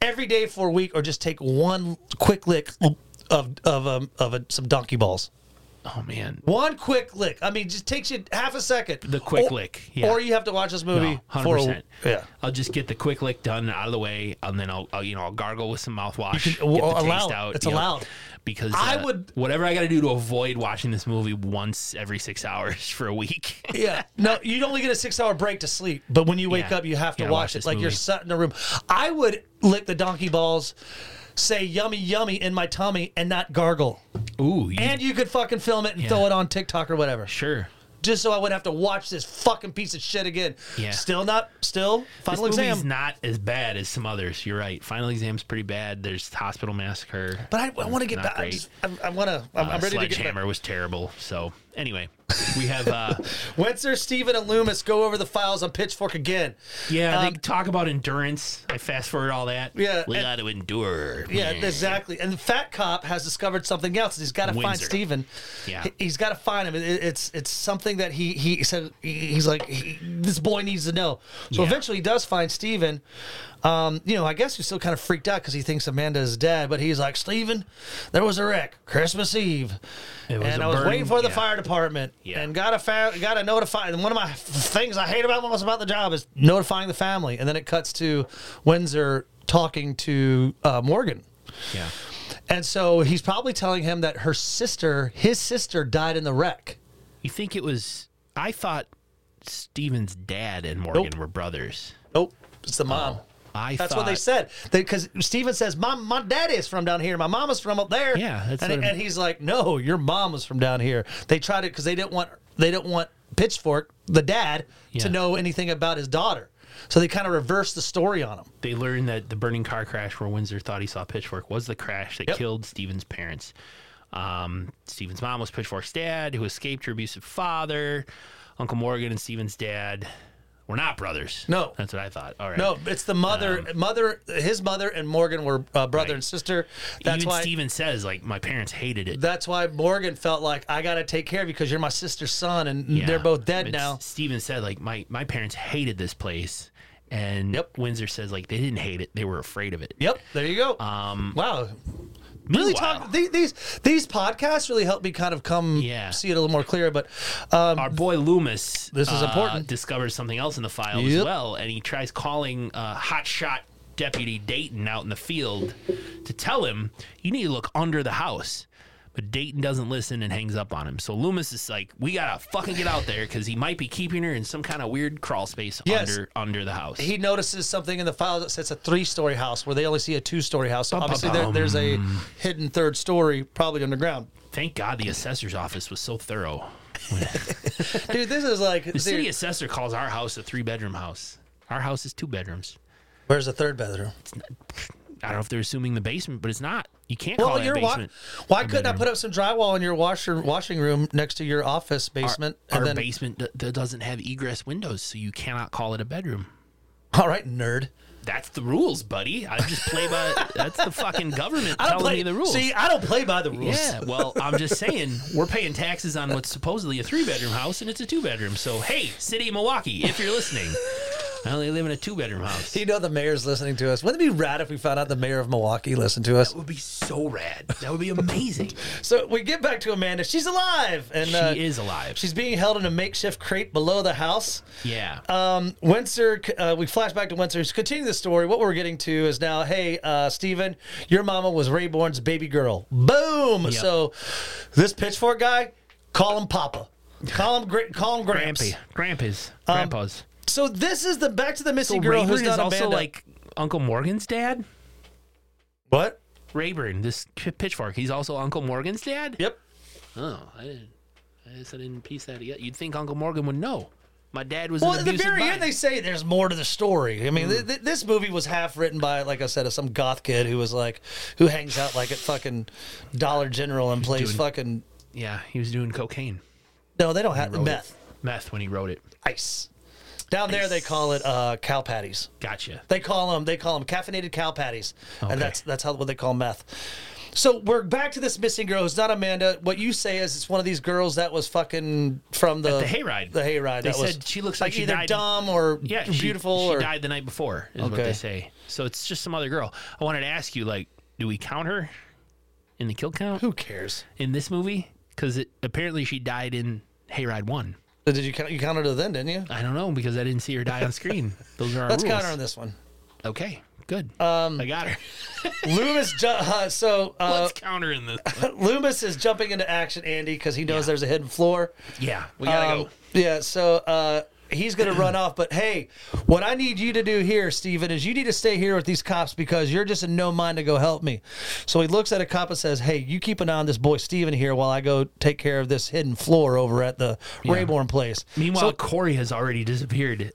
S2: every day for a week, or just take one quick lick of of um, of a, some donkey balls?
S3: oh man,
S2: One quick lick. I mean, just takes you half a second.
S3: The quick
S2: Or-
S3: lick, yeah.
S2: Or you have to watch this movie.
S3: No, 100%.
S2: for a- yeah.
S3: Oh, I'll just get the quick lick done and out of the way, and then I'll, I'll you know I'll gargle with some mouthwash.
S2: You
S3: get
S2: can-
S3: the
S2: well,
S3: taste
S2: allowed.
S3: out,
S2: It's
S3: you know,
S2: allowed.
S3: because
S2: I
S3: uh,
S2: would-
S3: whatever I got to do to avoid watching this movie once every six hours for a week.
S2: Yeah. No, you only get a six hour break to sleep, but when you wake
S3: Yeah.
S2: up, you have to
S3: Yeah,
S2: watch,
S3: watch
S2: it
S3: this
S2: like you're
S3: movie.
S2: sat in a room. I would lick the donkey balls, say yummy, yummy in my tummy, and not gargle.
S3: Ooh, you,
S2: And you could fucking film it and throw
S3: Yeah.
S2: it on TikTok or whatever,
S3: sure.
S2: just so I wouldn't have to watch this fucking piece of shit again.
S3: Yeah.
S2: Still not, still, final
S3: this movie's
S2: exam.
S3: not as bad as some others. You're right. Final exam's pretty bad. There's Hospital Massacre.
S2: but I, I want to get
S3: Not
S2: back. I,
S3: great.
S2: just, I, I want to, I'm,
S3: Uh,
S2: I'm ready to get back.
S3: Sledgehammer was terrible. So anyway, we have uh,
S2: Wentzer, Steven, and Loomis go over the files on Pitchfork again.
S3: yeah.
S2: Um,
S3: they talk about endurance. I fast forward all that.
S2: Yeah,
S3: we
S2: and-
S3: got to endure.
S2: Yeah, exactly. And the fat cop has discovered something else. He's got to find
S3: Windsor.
S2: Steven.
S3: Yeah.
S2: He- He's got to find him. It- it- it's it's something that he he said he- he's like he, this boy needs to know. So
S3: Yeah.
S2: eventually he does find Steven. Um, you know, I guess he's still kind of freaked out because he thinks Amanda is dead, but he's like, Steven, there was a wreck Christmas Eve.
S3: It was
S2: and
S3: a
S2: I was
S3: burn-
S2: waiting for the
S3: yeah.
S2: fire department
S3: Yeah.
S2: and got a fa- got a notify. And one of my things I hate about most about the job is notifying the family. And then it cuts to Windsor talking to uh, Morgan.
S3: Yeah.
S2: And so he's probably telling him that her sister, his sister, died in the wreck.
S3: You think it was? I thought Steven's dad and Morgan
S2: Nope.
S3: were brothers.
S2: Nope, it's the mom.
S3: I
S2: That's what they said.
S3: thought-
S2: Because Steven says, my, my dad is from down here. My mom is from up there.
S3: Yeah, that's
S2: and,
S3: what I'm-
S2: and he's like, no, your mom was from down here. They tried it because they didn't want they didn't want Pitchfork, the dad,
S3: Yeah.
S2: to know anything about his daughter. So they kind of reversed the story on him.
S3: They learned that the burning car crash where Windsor thought he saw Pitchfork was the crash that
S2: Yep.
S3: killed Steven's parents. Um, Steven's mom was Pitchfork's dad, who escaped her abusive father. Uncle Morgan and Steven's dad were not brothers.
S2: No.
S3: that's what I thought. All right.
S2: No, it's the mother, mother, his mother, and Morgan were uh, brother
S3: Um, Right.
S2: and sister. That's
S3: even
S2: why
S3: Steven says like my parents hated it.
S2: That's why Morgan felt like I gotta take care of you because you're my sister's son, and
S3: Yeah.
S2: they're both dead
S3: It's-
S2: now.
S3: Steven said like my my parents hated this place, and
S2: Yep.
S3: Windsor says like they didn't hate it; they were afraid of it.
S2: Yep, there you go.
S3: Um,
S2: wow, really
S3: meanwhile-
S2: talk these, these these podcasts really help me kind of come
S3: Yeah.
S2: see it a little more clear. But um,
S3: our boy Loomis. uh,
S2: This is important.
S3: Discovers something else in the file
S2: Yep.
S3: as well, and he tries calling uh, hotshot deputy Dayton out in the field to tell him you need to look under the house. But Dayton doesn't listen and hangs up on him. So Loomis is like, "We gotta fucking get out there because he might be keeping her in some kind of weird crawl space
S2: Yes.
S3: under under the house."
S2: he notices something in the file that says a three-story house where they only see a two-story house. So obviously, there,
S3: bum.
S2: there's a hidden third story probably underground.
S3: Thank God the assessor's office was so thorough.
S2: Dude, this is like
S3: The city
S2: dude,
S3: assessor calls our house a three bedroom house. Our house is two bedrooms.
S2: where's the third bedroom?
S3: I don't know if they're assuming the basement, but it's not. You can't call
S2: Well,
S3: that
S2: your wa-
S3: basement.
S2: why couldn't I put up some drywall in your washer washing room next to your office basement?
S3: Our basement d- d- doesn't have egress windows, so you cannot call it a bedroom.
S2: all right, nerd.
S3: that's the rules, buddy. I just play by. that's the fucking government
S2: I
S3: telling
S2: don't play
S3: me the rules.
S2: See, I don't play by the rules.
S3: yeah, well, I'm just saying we're paying taxes on what's supposedly a three bedroom house and it's a two bedroom. So hey, city of Milwaukee, if you're listening, I only live in a two bedroom house.
S2: You know the mayor's listening to us. Wouldn't it be rad if we found out the mayor of Milwaukee listened to us?
S3: would be so rad. That would be amazing.
S2: So we get back to Amanda. She's alive, and uh,
S3: she is alive.
S2: She's being held in a makeshift crate below the house.
S3: yeah.
S2: Um, Windsor, uh, we flash back to Windsor. To continue the story, what we're getting to is now, hey, uh, Steven, your mama was Rayborn's baby girl. Boom! So this pitchfork guy, call him Papa. Call him, Gra- call him Gramps.
S3: Grampy. Grandpa's. Grandpa's.
S2: So this is the back to the missing
S3: so
S2: girl
S3: Rayburn
S2: who's
S3: is
S2: not
S3: also
S2: Amanda.
S3: like Uncle Morgan's dad.
S2: what?
S3: Rayburn, this p- pitchfork. He's also Uncle Morgan's dad.
S2: Yep.
S3: Oh, I didn't. I guess I didn't piece that yet. You'd think Uncle Morgan would know. My dad was.
S2: Well,
S3: an
S2: at the
S3: abusive
S2: very end,
S3: mind.
S2: they say there's more to the story. I mean, th- th- this movie was half written by, like I said, uh, some goth kid who was like, who hangs out like at fucking Dollar General and plays
S3: Doing-
S2: fucking.
S3: Yeah, he was doing cocaine,
S2: No, they don't have
S3: wrote it.
S2: meth,
S3: meth when he wrote it.
S2: ice. Down there, they call it uh, cow patties.
S3: Gotcha.
S2: They call them they call them caffeinated cow patties,
S3: Okay.
S2: and that's that's how what they call meth. So we're back to this missing girl who's not Amanda. What you say is it's one of these girls that was fucking from the
S3: the hayride.
S2: The hayride.
S3: They
S2: that
S3: said
S2: was,
S3: she looks like she
S2: either
S3: died-
S2: dumb or
S3: Yeah, she-
S2: beautiful
S3: She,
S2: or
S3: died the night before, is what
S2: Okay.
S3: they say. So it's just some other girl. I wanted to ask you, like, do we count her in the kill count
S2: who cares?
S3: in this movie? Because apparently she died in Hayride One.
S2: Did you count? You counted her then, didn't you?
S3: I don't know because I didn't see her die on screen. Those are our
S2: Let's
S3: rules.
S2: count her on this one.
S3: Okay, good. Um, I got her.
S2: Loomis, ju- uh, so uh,
S3: Let's count her in this.
S2: Loomis is jumping into action, Andy, because he knows there's a hidden floor.
S3: Yeah, we gotta
S2: Um,
S3: go.
S2: Yeah, so uh, he's going to run off. But hey, what I need you to do here, Steven, is you need to stay here with these cops because you're just in no mind to go help me. So he looks at a cop and says, Hey, you keep an eye on this boy, Steven, here while I go take care of this hidden floor over at the Rayborn place.
S3: Meanwhile,
S2: So-
S3: Corey has already disappeared.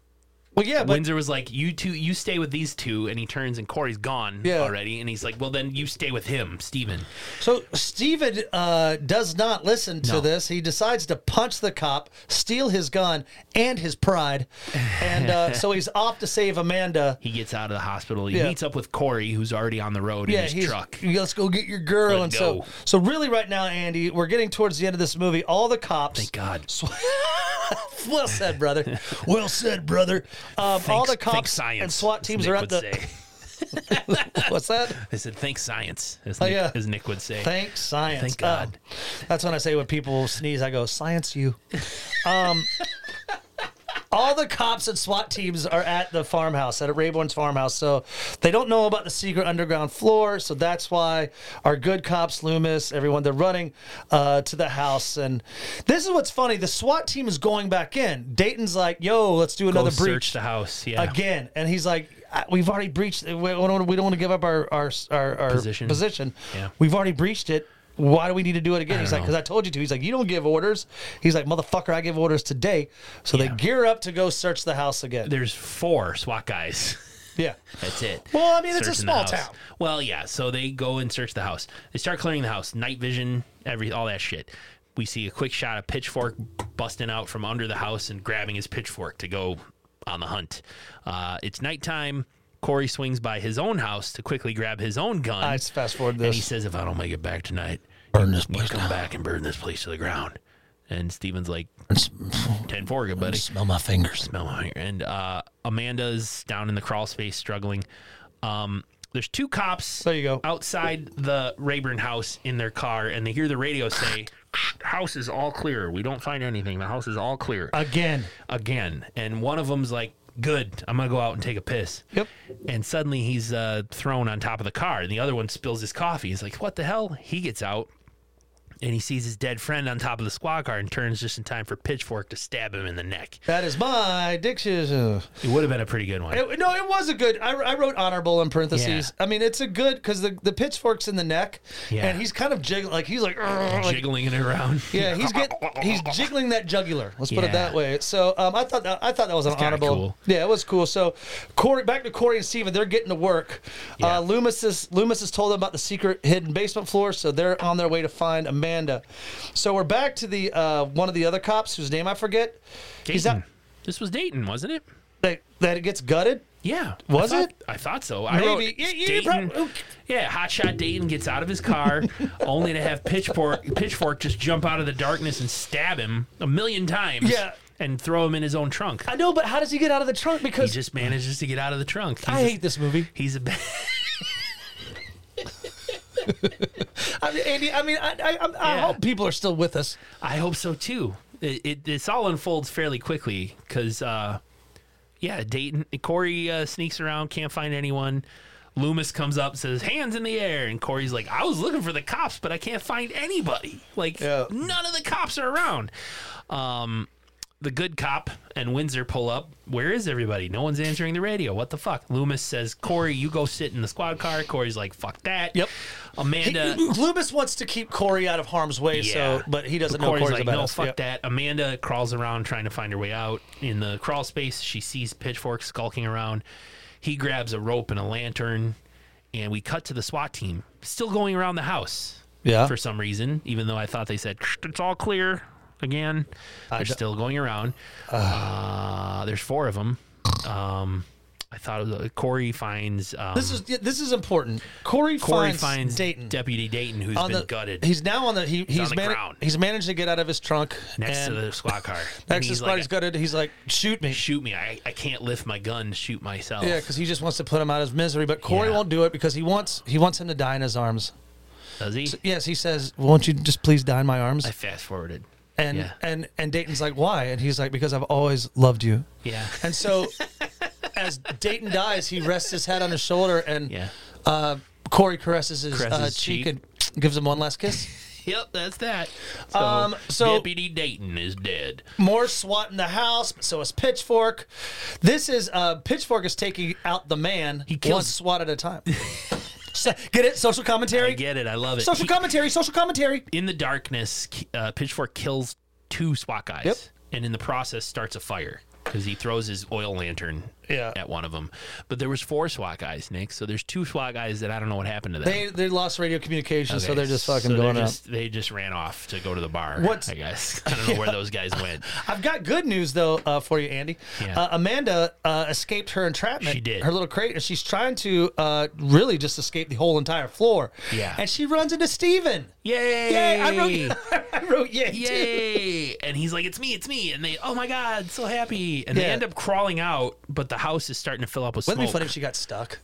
S2: well, yeah, but
S3: Windsor was like, "You two, you stay with these two," and he turns, and Corey's gone
S2: Yeah.
S3: already. And he's like, "Well, then you stay with him, Steven.
S2: So Steven uh, does not listen to
S3: No.
S2: this. He decides to punch the cop, steal his gun and his pride, and uh, so he's off to save Amanda.
S3: He gets out of the hospital. He
S2: Yeah.
S3: meets up with Corey, who's already on the road
S2: Yeah,
S3: in his
S2: he's,
S3: truck.
S2: Let's go get your girl.
S3: Let's
S2: and
S3: go.
S2: so, so really, right now, Andy, we're getting towards the end of this movie. All the cops.
S3: Thank God.
S2: well said, brother. well said, brother. Um, all
S3: Thanks-
S2: the
S3: thanks
S2: cops
S3: science,
S2: and SWAT
S3: as
S2: teams
S3: Nick
S2: are at
S3: would
S2: the.
S3: say.
S2: What's that?
S3: I said, "Thanks science," as, Nick,
S2: Oh, yeah.
S3: as Nick would say.
S2: Thanks, science.
S3: Thank
S2: Oh,
S3: God.
S2: that's when I say when people sneeze, I go, science you. Um, all the cops and SWAT teams are at the farmhouse, at Rayborn's farmhouse. So they don't know about the secret underground floor. So that's why our good cops, Loomis, everyone, they're running uh, to the house. And this is what's funny the SWAT team is going back in. Dayton's like, yo, let's do
S3: Go
S2: another
S3: search
S2: breach
S3: the house. Yeah,
S2: again. And he's like, "I- we've already breached. We we don't, we don't want to give up our our, our, our
S3: Position.
S2: position.
S3: Yeah.
S2: We've already breached it. Why do we need to do it again? He's like,
S3: know.
S2: because I told you to. He's like, you don't give orders. He's like, motherfucker, I give orders today. So
S3: Yeah.
S2: they gear up to go search the house again.
S3: there's four SWAT guys.
S2: yeah.
S3: That's it.
S2: Well, I mean, it's a
S3: Searching the
S2: small
S3: house.
S2: town.
S3: Well, yeah. So they go and search the house. They start clearing the house, night vision, every all that shit. We see a quick shot of Pitchfork busting out from under the house and grabbing his pitchfork to go on the hunt. Uh, it's nighttime. Corey swings by his own house to quickly grab his own gun.
S2: I fast forward
S3: and he
S2: this.
S3: says, "If I don't make it back tonight,
S2: Burn this
S3: you
S2: place
S3: come back and burn this place to the ground." And Steven's like, "Ten four, good buddy."
S2: Smell my fingers.
S3: smell out here. And uh, Amanda's down in the crawl space struggling. Um, there's two cops
S2: There you go.
S3: outside the Rayburn house in their car, and they hear the radio say, House is all clear. We don't find anything. The house is all clear
S2: Again.
S3: again. And one of them's like, Good, I'm going to go out and take a piss.
S2: Yep.
S3: And suddenly he's uh, thrown on top of the car, and the other one spills his coffee. He's like, What the hell? He gets out. And he sees his dead friend on top of the squad car and turns just in time for Pitchfork to stab him in the neck.
S2: That is my diction.
S3: It would have been a pretty good one.
S2: It- no, it was a good. I, I wrote honorable in parentheses. I mean, it's a good because the, the pitchfork's in the neck,
S3: Yeah.
S2: and he's kind of jiggling. Like he's like, "Ugh," like
S3: jiggling it around.
S2: Yeah, he's get he's jiggling that jugular. Let's put
S3: Yeah.
S2: it that way. So um, I thought that, I thought that was an
S3: kinda
S2: honorable.
S3: cool.
S2: Yeah, it was cool. So Corey, back to Corey and Steven, they're getting to work.
S3: Yeah.
S2: Uh, Loomis is Loomis has told them about the secret hidden basement floor, so they're on their way to find Amanda. So we're back to the uh, one of the other cops whose name I forget.
S3: Dayton.
S2: He's out
S3: This was Dayton, wasn't it?
S2: that that it gets gutted.
S3: Yeah.
S2: Was
S3: I thought-
S2: it?
S3: I thought so. I wrote
S2: Maybe. Yeah, yeah,
S3: Dayton.
S2: prob-
S3: yeah, hotshot Dayton gets out of his car only to have pitchfork pitchfork just jump out of the darkness and stab him a million times.
S2: Yeah.
S3: And throw him in his own trunk.
S2: I know, but how does he get out of the trunk?
S3: He
S2: Because
S3: just manages to get out of the trunk. He's
S2: I
S3: a-
S2: hate this movie.
S3: He's a bad.
S2: I mean, Andy, I mean, I, I, I'm- I
S3: Yeah.
S2: hope people are still with us.
S3: I hope so too. It, it this all unfolds fairly quickly because, uh, yeah, Dayton Corey uh, sneaks around, can't find anyone. Loomis comes up, says "hands in the air," and Corey's like, "I was looking for the cops, but I can't find anybody. Like,
S2: Yeah.
S3: none of the cops are around." Um, the good cop and Windsor pull up. Where is everybody? No one's answering the radio. What the fuck? Loomis says, "Corey, you go sit in the squad car." Corey's like, "Fuck that."
S2: Yep. He,
S3: Amanda.
S2: Loomis wants to keep Corey out of harm's way,
S3: uh, Yeah.
S2: so but he doesn't
S3: Corey's
S2: know Corey's
S3: like,
S2: about
S3: no,
S2: us.
S3: fuck
S2: Yeah.
S3: that. Amanda crawls around trying to find her way out. In the crawl space, she sees Pitchfork skulking around. He grabs a rope and a lantern, and we cut to the SWAT team still going around the house.
S2: Yeah.
S3: For some reason, even though I thought they said it's all clear again, they're still going around. Uh, there's four of them. Um, I thought it was, Corey finds. Um,
S2: This is this is important. Corey,
S3: Corey
S2: finds,
S3: finds,
S2: Dayton
S3: Deputy Dayton, who's
S2: on
S3: been
S2: the-
S3: gutted.
S2: He's now on the he, he's
S3: the
S2: mana-
S3: ground.
S2: he's managed to get out of his trunk
S3: next to
S2: and
S3: the squad car. And
S2: next to
S3: he's
S2: his
S3: like,
S2: body's gutted. He's like, shoot me.
S3: shoot me. I, I can't lift my gun to shoot myself.
S2: Yeah, because he just wants to put him out of his misery, but Corey
S3: Yeah.
S2: won't do it because he wants he wants him to die in his arms.
S3: Does he?
S2: Yes, he says, "Won't you just please die in my arms?"
S3: I fast forwarded.
S2: and
S3: yeah.
S2: and and Dayton's like, "Why?" And he's like, "Because I've always loved you."
S3: Yeah.
S2: And so, as Dayton dies, he rests his head on his shoulder, and
S3: Yeah.
S2: uh, Corey caresses his
S3: Caresses
S2: uh,
S3: his
S2: cheek,
S3: cheek.
S2: and gives him one last kiss.
S3: Yep, that's that. So,
S2: Um, so-
S3: Deputy Dayton is dead.
S2: More SWAT in the house, but so is Pitchfork. This is uh, Pitchfork is taking out the man
S3: He kills-
S2: one SWAT at a time. So- Get it? Social
S3: I
S2: commentary.
S3: get it. I love it.
S2: Social
S3: He-
S2: commentary. Social commentary.
S3: in the darkness, uh, Pitchfork kills two SWAT guys,
S2: Yep.
S3: and in the process starts a fire because he throws his oil lantern
S2: Yeah.
S3: at one of them. But there was four SWAT guys, Nick. So there's two SWAT guys that I don't know what happened to them.
S2: They they lost radio communication, so
S3: Okay,
S2: they're just fucking
S3: so they're
S2: going out.
S3: just- They just ran off to go to the bar.
S2: What's-
S3: I guess I don't know where those guys went.
S2: I've got good news though uh, for you, Andy.
S3: Yeah.
S2: Uh, Amanda uh, escaped her entrapment.
S3: She did.
S2: her little crate, and she's trying to uh, really just escape the whole entire floor.
S3: Yeah.
S2: and she runs into Steven.
S3: Yay!
S2: Yay! I wrote. I wrote yay. too.
S3: yay and he's like it's me it's me and they oh my god so happy and they
S2: Yeah.
S3: end up crawling out but the house is starting to fill up with
S2: Wouldn't it
S3: smoke
S2: be funny if she got stuck?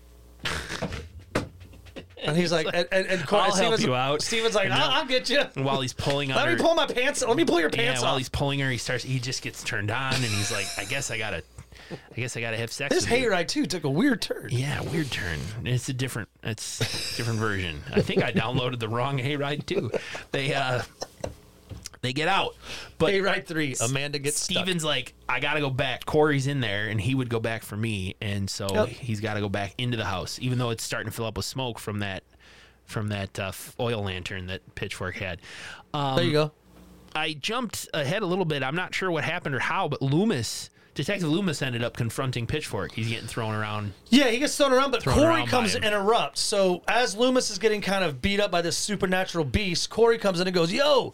S2: and he's like, and, and, and Cor-
S3: I'll help
S2: Steven's-
S3: you out.
S2: Steven's like,
S3: And
S2: I'll,
S3: then-
S2: I'll get you.
S3: and while he's pulling on
S2: Let
S3: her
S2: me pull my pants. Let me pull your
S3: yeah,
S2: pants
S3: while
S2: off.
S3: he's pulling her he starts he just gets turned on and he's like i guess i gotta i guess i gotta have sex
S2: This
S3: with you."
S2: hayride too took a weird turn.
S3: yeah weird turn it's a different it's a different version i think i downloaded the wrong hayride too they uh they get out but
S2: Hayride three. Amanda gets stuck.
S3: Steven's like, I gotta go back. Corey's in there, and he would go back for me, and so
S2: Yep.
S3: he's got to go back into the house, even though it's starting to fill up with smoke from that from that uh, f- oil lantern that Pitchfork had. Um,
S2: There you go.
S3: I jumped ahead a little bit. I'm not sure what happened or how, but Loomis, Detective Loomis, ended up confronting Pitchfork. He's getting thrown around.
S2: Yeah, he gets thrown around, but
S3: Thrown
S2: Corey
S3: around by
S2: comes
S3: him.
S2: and interrupts. So as Loomis is getting kind of beat up by this supernatural beast, Corey comes in and goes, "Yo."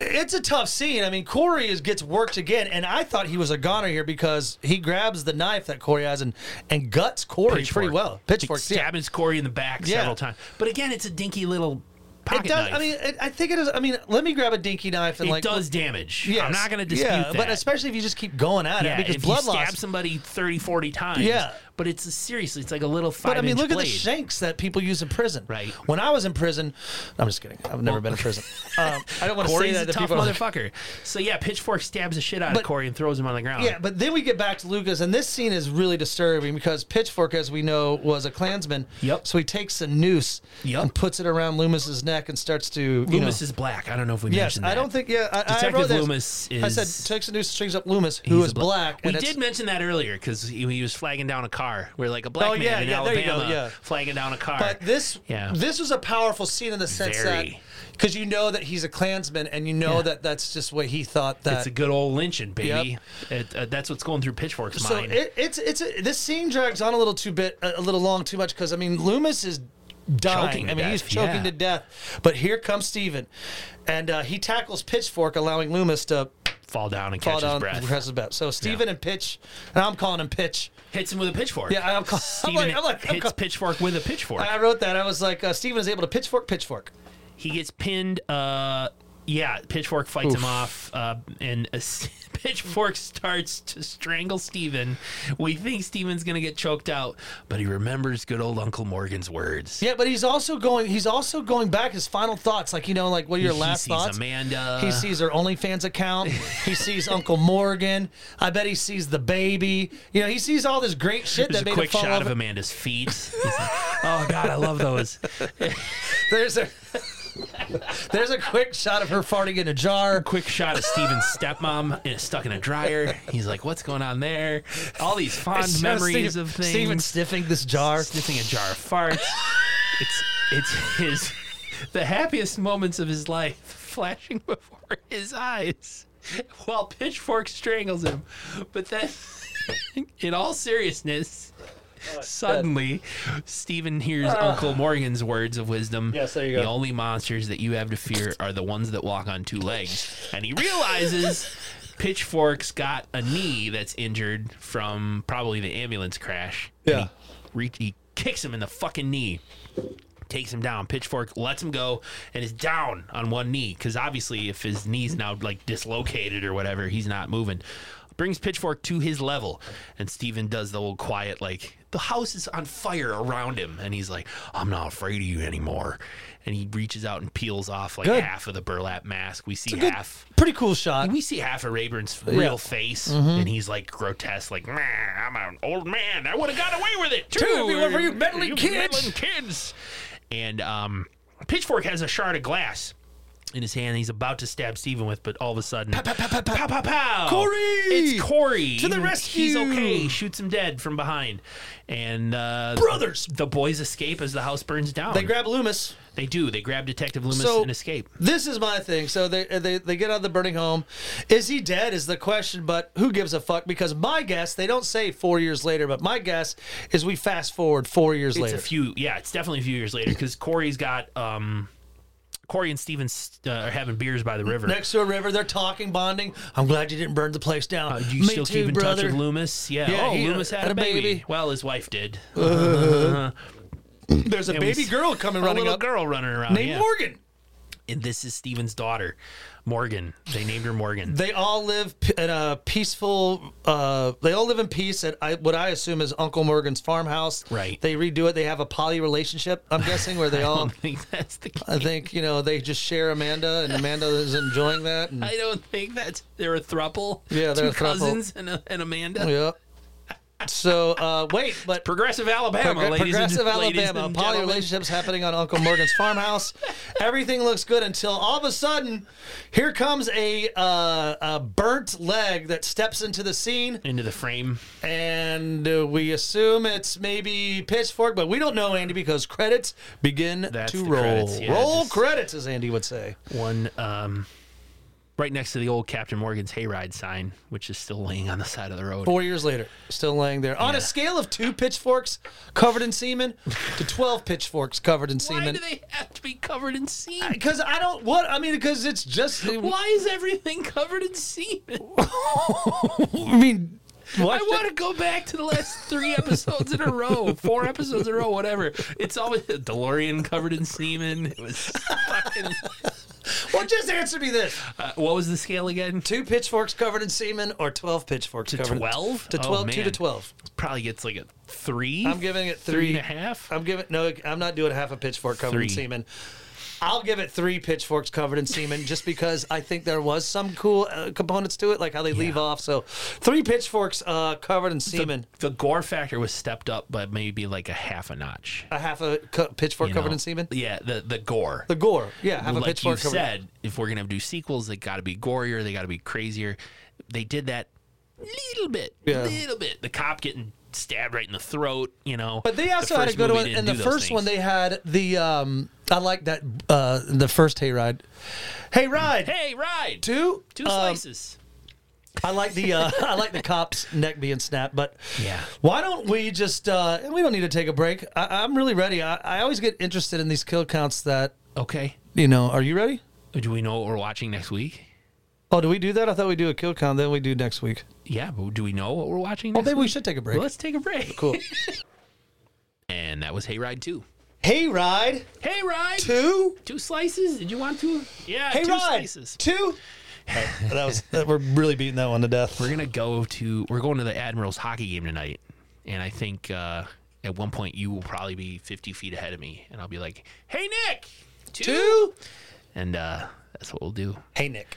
S2: It's a tough scene. I mean, Corey is gets worked again, and I thought he was a goner here because he grabs the knife that Corey has and, and guts Corey pretty
S3: Pitchfork.
S2: well.
S3: He
S2: Pitchfork, yeah.
S3: stabbing Corey in the back
S2: Yeah.
S3: several times, but again, it's a dinky little
S2: It
S3: pocket
S2: does.
S3: knife.
S2: I mean, it, I think it is. I mean, let me grab a dinky knife and
S3: it
S2: like
S3: does damage.
S2: Yes.
S3: I'm not going to dispute
S2: yeah,
S3: that.
S2: But especially if you just keep going at
S3: Yeah,
S2: it because
S3: if
S2: blood
S3: you stab
S2: loss.
S3: somebody 30, 40 times.
S2: Yeah.
S3: But it's a, seriously, it's like a little five
S2: But I mean,
S3: inch
S2: look at
S3: blade.
S2: the shanks that people use in prison.
S3: Right.
S2: When I was in prison, I'm just kidding. I've never been in prison. Um, I don't want to say
S3: Corey's a
S2: that to
S3: tough
S2: people.
S3: motherfucker. So yeah, Pitchfork stabs the shit out
S2: But-
S3: of Corey and throws him on the ground.
S2: Yeah, but then we get back to Lucas, and this scene is really disturbing because Pitchfork, as we know, was a Klansman.
S3: Yep.
S2: So he takes a noose
S3: Yep.
S2: and puts it around Loomis's neck and starts to. You
S3: Loomis
S2: know,
S3: is black. I don't know if we
S2: Yes,
S3: mentioned that.
S2: I don't think. Yeah, I, I wrote
S3: Detective
S2: this.
S3: Loomis is.
S2: I said takes a noose, strings up Loomis,
S3: he's
S2: who
S3: a
S2: is
S3: bla-
S2: black.
S3: We
S2: and it's-
S3: did mention that earlier because he, he was flagging down a car. We're like a black
S2: Oh,
S3: man
S2: yeah,
S3: in
S2: yeah, there you go,
S3: Alabama
S2: yeah.
S3: flagging down a car.
S2: But this
S3: Yeah.
S2: this was a powerful scene in the sense that
S3: Very.
S2: because you know that he's a Klansman and you know
S3: Yeah.
S2: that that's just what he thought that.
S3: it's a good old lynching, baby. It, uh, that's what's going through Pitchfork's
S2: so
S3: mind.
S2: it, it's it's a, this scene drags on a little too bit a, a little long too much because I mean Loomis is dying.
S3: Choking to
S2: I mean he's
S3: death,
S2: choking
S3: yeah.
S2: to death. But here comes Steven. and uh, he tackles Pitchfork, allowing Loomis to
S3: fall down and
S2: Fall
S3: catch
S2: down,
S3: his breath.
S2: catch his breath. So Steven and Pitch, and I'm calling him Pitch.
S3: Hits him with a pitchfork.
S2: Yeah, I'm call- I'm
S3: Steven
S2: like- I'm like- I'm
S3: hits
S2: call-
S3: pitchfork with a pitchfork.
S2: I I wrote that. I was like, uh, Steven is able to pitchfork, pitchfork.
S3: he gets pinned. Uh, yeah, pitchfork fights him off, uh, and a s- pitchfork starts to strangle Steven. We think Steven's gonna get choked out, but he remembers good old Uncle Morgan's words.
S2: Yeah, but he's also going. He's also going back. His final thoughts, like you know, like what are your
S3: He
S2: last
S3: sees
S2: thoughts?
S3: Amanda.
S2: He sees her OnlyFans account. he sees Uncle Morgan. I bet he sees the baby. You know, he sees all this great shit
S3: There's
S2: that
S3: a
S2: made
S3: quick
S2: him fall
S3: shot
S2: over.
S3: of Amanda's feet. He's like, oh God, I love those.
S2: There's a there's a quick shot of her farting in a jar.
S3: Quick shot of Steven's stepmom and it's stuck in a dryer. He's like, "What's going on there?" All these fond
S2: It's just
S3: memories
S2: Steve-
S3: of things.
S2: Steven sniffing this jar.
S3: sniffing a jar of farts. it's it's his the happiest moments of his life flashing before his eyes while pitchfork strangles him. But then in all seriousness, suddenly Stephen hears Uncle Morgan's words of wisdom.
S2: Ah. Yes, there you
S3: The
S2: go.
S3: only monsters that you have to fear are the ones that walk on two legs. And he realizes Pitchfork's got a knee that's injured from probably the ambulance crash. And
S2: Yeah.
S3: He, re- he kicks him in the fucking knee, takes him down. Pitchfork lets him go and is down on one knee because obviously, if his knee's now like dislocated or whatever, he's not moving. Brings Pitchfork to his level, and Steven does the old quiet, like, the house is on fire around him. And he's like, I'm not afraid of you anymore. And he reaches out and peels off like
S2: Good.
S3: half of the burlap mask. We see
S2: Good-
S3: half
S2: pretty cool shot.
S3: we see half of Rayburn's real face,
S2: Mm-hmm.
S3: and he's like grotesque, like "Meh, I'm an old man. I would have got away with it too.
S2: if it weren't for you meddling kids."
S3: meddling kids." And um, Pitchfork has a shard of glass in his hand. He's about to stab Steven with, but all of a sudden, pow, pow, pow, pow, pow, pow,
S2: Corey!
S3: It's Corey
S2: To the
S3: He's
S2: rescue!
S3: okay. Shoots him dead from behind, and uh,
S2: Brothers!
S3: the boys escape as the house burns down.
S2: They grab Loomis.
S3: they do. They grab Detective Loomis
S2: So-
S3: and escape.
S2: This is my thing. So they, they they get out of the burning home. Is he dead? Is the question. But who gives a fuck? Because my guess, they don't say four years later, but my guess is we fast forward four years later.
S3: It's a few, yeah, it's definitely a few years later because Corey's got um, Corey and Steven uh, are having beers by the river.
S2: Next to a river, they're talking, bonding. I'm glad you didn't burn the place down.
S3: Uh, do you
S2: Me
S3: still
S2: too,
S3: keep in
S2: brother.
S3: touch with Loomis? Yeah.
S2: Yeah,
S3: oh,
S2: he
S3: Loomis had, a baby. Well, his wife did. A
S2: There's a
S3: we
S2: baby
S3: s-
S2: girl coming running
S3: little
S2: up
S3: girl running around.
S2: named
S3: yeah.
S2: Morgan.
S3: And this is Steven's daughter, Morgan. They named her Morgan.
S2: They all live p- in a peaceful. Uh, they all live in peace at I, what I assume is Uncle Morgan's farmhouse.
S3: Right.
S2: They redo it. They have a poly relationship. I'm guessing where they
S3: I
S2: all.
S3: don't think that's the.
S2: I think you know they just share Amanda, and Amanda is enjoying that. And,
S3: I don't think that's. They're a thruple.
S2: Yeah, they're
S3: two
S2: a thruple. Oh,
S3: cousins and, a, and Amanda.
S2: yeah. So uh, wait, but
S3: Progressive Alabama,
S2: Progr-
S3: ladies and-
S2: progressive
S3: ladies and,
S2: Alabama, poly
S3: gentlemen.
S2: relationships happening on Uncle Morgan's farmhouse. Everything looks good until all of a sudden, here comes a uh, a burnt leg that steps into the scene.
S3: Into the frame.
S2: and uh, we assume it's maybe pitchfork, but we don't know, Andy, because credits begin
S3: That's
S2: to
S3: the
S2: roll.
S3: credits, yeah,
S2: roll
S3: just-
S2: credits, as Andy would say.
S3: one um, right next to the old Captain Morgan's hayride sign, which is still laying on the side of the road.
S2: Four years later, still laying there. On a scale of two pitchforks covered in semen to twelve pitchforks covered in
S3: Why
S2: semen.
S3: do they have to be covered in semen?
S2: Because I don't what I mean. Because it's just.
S3: Why is everything covered in semen?
S2: I mean,
S3: I
S2: watch it.
S3: want to go back to the last three episodes in a row, four episodes in a row, whatever. It's always a DeLorean covered in semen. It was fucking.
S2: Well, just answer me this:
S3: Uh, what was the scale again?
S2: two pitchforks covered in semen or twelve pitchforks to covered in-
S3: 12?
S2: to
S3: Oh,
S2: twelve, two to
S3: man.
S2: twelve.
S3: Probably gets like a three.
S2: I'm giving it
S3: three
S2: three
S3: and a half.
S2: I'm giving no. I'm not doing half a pitchfork covered in
S3: Three.
S2: semen. I'll give it three pitchforks covered in semen, just because I think there was some cool uh, components to it, like how they leave off. So, three pitchforks uh, covered in semen,
S3: The gore factor was stepped up by maybe like a half a notch.
S2: a half a cu- pitchfork
S3: you
S2: covered
S3: know?
S2: in semen.
S3: Yeah, the the gore.
S2: The gore, yeah, half a
S3: like you
S2: pitchfork covered.
S3: said, if we're gonna do sequels, they got to be gorier, they got to be crazier. They did that little bit,
S2: Yeah.
S3: little bit. The cop getting stabbed right in the throat, you know.
S2: But they also had a good one. And the first one, they had the um, I like that uh, the first hayride, hayride
S3: hey ride two,
S2: two um,
S3: slices.
S2: I like the uh, I like the cop's neck being snapped, but
S3: Yeah.
S2: Why don't we just? Uh, and we don't need to take a break. I, I'm really ready. I, I always get interested in these kill counts. That
S3: Okay,
S2: you know, are you ready?
S3: do we know what we're watching next week?
S2: Oh, do we do that? I thought we do a kill count, then we do next week.
S3: Yeah, but do we know what we're watching?
S2: Well,
S3: next
S2: maybe we
S3: week?
S2: should take a
S3: Well,
S2: break.
S3: let's take a break.
S2: Cool.
S3: And that was Hayride 2.
S2: Hayride
S3: Hayride!
S2: two.
S3: Two slices? Did you want two? Yeah, two
S2: Hayride
S3: slices.
S2: two. That was that, we're really beating that one to death.
S3: We're gonna go to we're going to the Admirals hockey game tonight, and I think uh, at one point you will probably be 50 feet ahead of me, and I'll be like, "Hey Nick, two.
S2: Two.
S3: and uh, that's what we'll do,
S2: Hey Nick,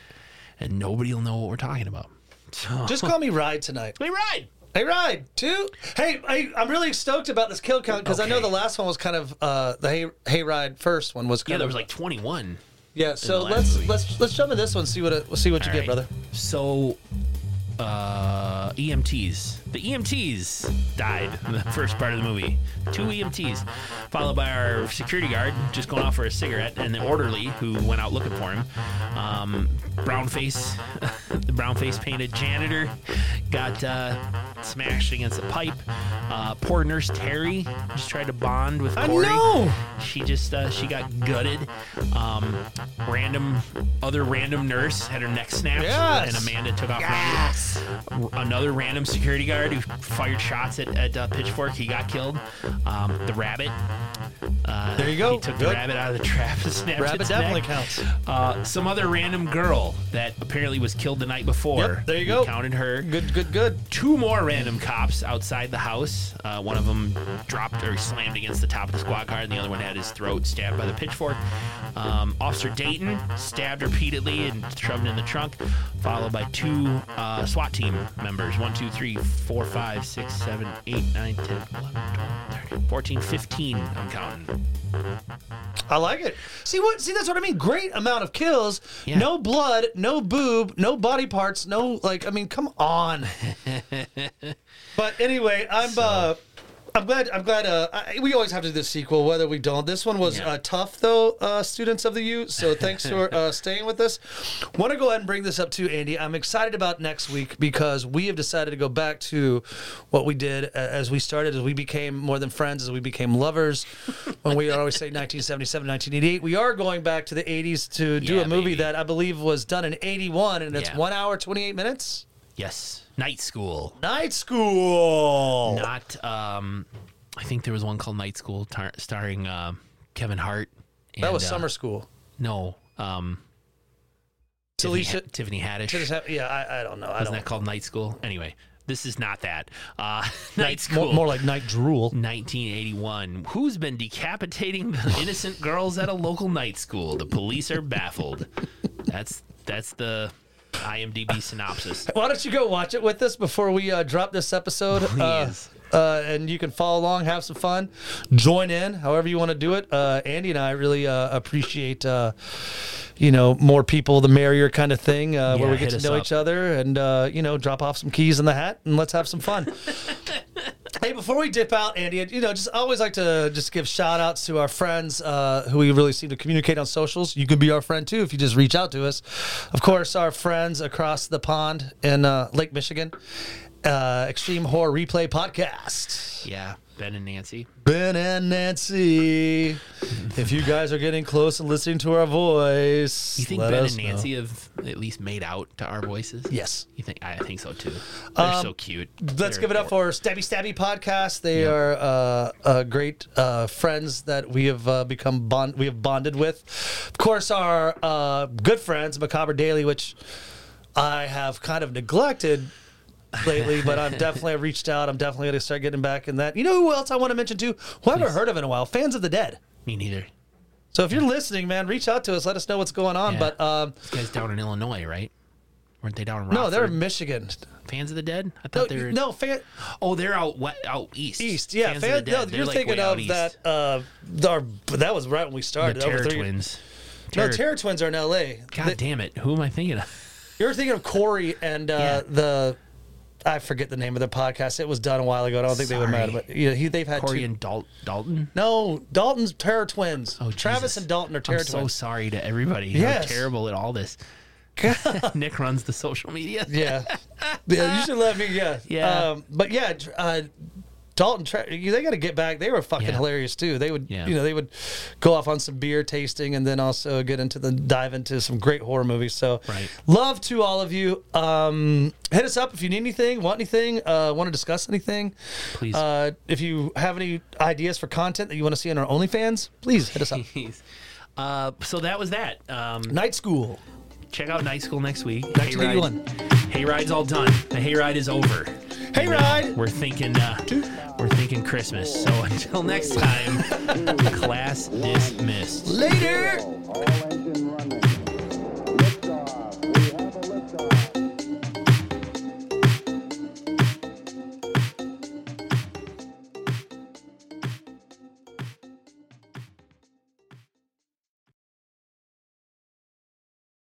S3: and nobody will know what we're talking about. So
S2: just call me Ride tonight.
S3: we ride.
S2: Hey Ride two. Hey, I, I'm really stoked about this kill count because I know
S3: Okay.
S2: the last one was kind of uh, the Hey Hey Ride first one was kind
S3: Yeah,
S2: of
S3: there was like 21.
S2: yeah. So
S3: the last
S2: let's
S3: week.
S2: let's let's jump in this one. See what it, see what you
S3: All
S2: get,
S3: right.
S2: brother.
S3: So, uh, EMTs. The EMTs died in the first part of the movie. Two EMTs, followed by our security guard just going off for a cigarette, and the orderly who went out looking for him. Um, brown face, the brown face painted janitor got uh, smashed against a pipe. Uh, poor nurse Terry just tried to bond with
S2: I
S3: Corey.
S2: know.
S3: She just uh, she got gutted. Um, random other random nurse had her neck snapped,
S2: Yes.
S3: and Amanda took off. Running. Another random security guard who fired shots at, at uh, Pitchfork. He got killed. Um, the rabbit. Uh,
S2: There you go.
S3: He took the
S2: Good.
S3: rabbit out of the trap and snapped
S2: Rabbit
S3: its
S2: definitely
S3: neck.
S2: counts.
S3: Uh, some other random girl that apparently was killed the night before.
S2: Yep, there you
S3: We
S2: go.
S3: Counted her
S2: Good, good, good.
S3: two more random cops outside the house. Uh, one of them dropped or slammed against the top of the squad car, and the other one had his throat stabbed by the pitchfork. Um, Officer Dayton stabbed repeatedly and shoved in the trunk, followed by two uh, SWAT team members 1, 2, 3, 4, 5, 6, 7, 8, 9, 10, 11, 12, 13, 14, 15. I'm counting.
S2: I like it. See what? See that's what I mean. Great amount of kills.
S3: Yeah.
S2: No blood. No boob. No body parts. No like. I mean, come on. but anyway, I'm. Uh, I'm glad. I'm glad. Uh, I, we always have to do this sequel, whether we don't. This one was
S3: Yeah.
S2: uh, tough, though, uh, students of the U. So thanks for uh, staying with us. Want to go ahead and bring this up too, Andy. I'm excited about next week because we have decided to go back to what we did uh, as we started, as we became more than friends, as we became lovers. when we always say 1977, 1988, we are going back to the 80s to do
S3: Yeah,
S2: a movie
S3: baby.
S2: that I believe was done in 81, and it's
S3: Yeah.
S2: one hour 28 minutes.
S3: Yes. Night school.
S2: Night school.
S3: Not, um, I think there was one called Night School tar- starring uh, Kevin Hart.
S2: that
S3: and,
S2: was
S3: uh,
S2: summer school.
S3: No. Um, Tiffany,
S2: Alicia.
S3: Ha- Tiffany Haddish.
S2: Should have- Yeah, I, I don't know. I
S3: Isn't
S2: don't.
S3: that called Night School? Anyway, this is not that. Uh, night, School.
S2: More, more like night drool.
S3: 1981. Who's been decapitating the innocent girls at a local night school? The police are baffled. That's that's the IMDb synopsis.
S2: Why don't you go watch it with us before we uh, drop this episode? Uh,
S3: Please.
S2: uh, and you can follow along, have some fun, join in, however you want to do it. Uh, Andy and I really uh, appreciate, uh, you know, more people the merrier kind of thing, uh, where
S3: Yeah,
S2: we get
S3: hit
S2: to
S3: us
S2: know
S3: up.
S2: each other and uh, you know, drop off some keys in the hat and let's have some fun. Hey, before we dip out, Andy, you know, just I always like to just give shout outs to our friends uh, who we really seem to communicate on socials. You could be our friend too if you just reach out to us. Of course, our friends across the pond in uh, Lake Michigan, uh, Extreme Horror Replay Podcast.
S3: Yeah, Ben and Nancy.
S2: Ben and Nancy, if you guys are getting close and listening to our voice,
S3: You think
S2: let
S3: Ben
S2: us
S3: and Nancy have at least made out to our voices?
S2: Know. Yes. Um,
S3: You think? I think so too. They're so cute.
S2: Let's
S3: They're
S2: give it up
S3: adorable.
S2: for Stabby Stabby Podcast. They are uh, uh, great uh, friends that we have uh, become bond we have bonded with. Of course, our uh, good friends Macabre Daily, which I have kind of neglected lately, but I've definitely reached out. I'm definitely going to start getting back in that. You know who else I want to mention too? Who I haven't heard of in a while? Fans of the Dead.
S3: me neither.
S2: So if you're listening, man, reach out to us. Let us know what's going on.
S3: Yeah.
S2: But um,
S3: These guys down in Illinois, right? Weren't they down in
S2: no, they're
S3: Rockford?
S2: in Michigan.
S3: fans of the dead.
S2: No,
S3: I thought they were
S2: no fan.
S3: Oh, they're out we- out east.
S2: East, yeah.
S3: Fans
S2: fan-
S3: of the dead.
S2: no,
S3: They're
S2: you're
S3: like
S2: thinking
S3: way out
S2: of
S3: east.
S2: that. Uh, our, that was right when we
S3: the
S2: started. That was
S3: Terror
S2: three-
S3: Twins.
S2: No,
S3: Terror,
S2: Terror Twins are in L.A.
S3: God damn it! Who am I thinking of?
S2: You're thinking of Corey and uh,
S3: Yeah.
S2: the. I forget the name of the podcast. It was done a while ago. I don't think they would matter,
S3: Sorry.
S2: but yeah, he, they've had
S3: Corey
S2: two.
S3: and Dal- Dalton.
S2: no, Dalton's Terror Twins.
S3: Oh,
S2: Travis
S3: Jesus.
S2: and Dalton are Terror
S3: I'm so
S2: Twins.
S3: sorry to everybody.
S2: Yes.
S3: I'm terrible at all this. Nick runs the social media.
S2: Yeah. yeah, you should let me. Yeah,
S3: Yeah.
S2: Um, but yeah, tr- uh, Dalton, Tre- you- they got to get back. They were fucking
S3: Yeah.
S2: hilarious too. They would,
S3: Yeah.
S2: you know, they would go off on some beer tasting and then also get into the dive into some great horror movies. So,
S3: Right.
S2: love to all of you. Um, hit us up if you need anything, want anything, uh, want to discuss anything.
S3: Please.
S2: uh, if you have any ideas for content that you want to see on our OnlyFans, please hit us up.
S3: Jeez. Uh, so that was that. Um,
S2: Night School.
S3: check out Night School next week.
S2: Next week, one.
S3: Hayride's all done. The hayride is over.
S2: Hey, ride.
S3: We're thinking, uh, we're thinking Christmas. So until next time, class dismissed.
S2: Later.
S4: All engine running.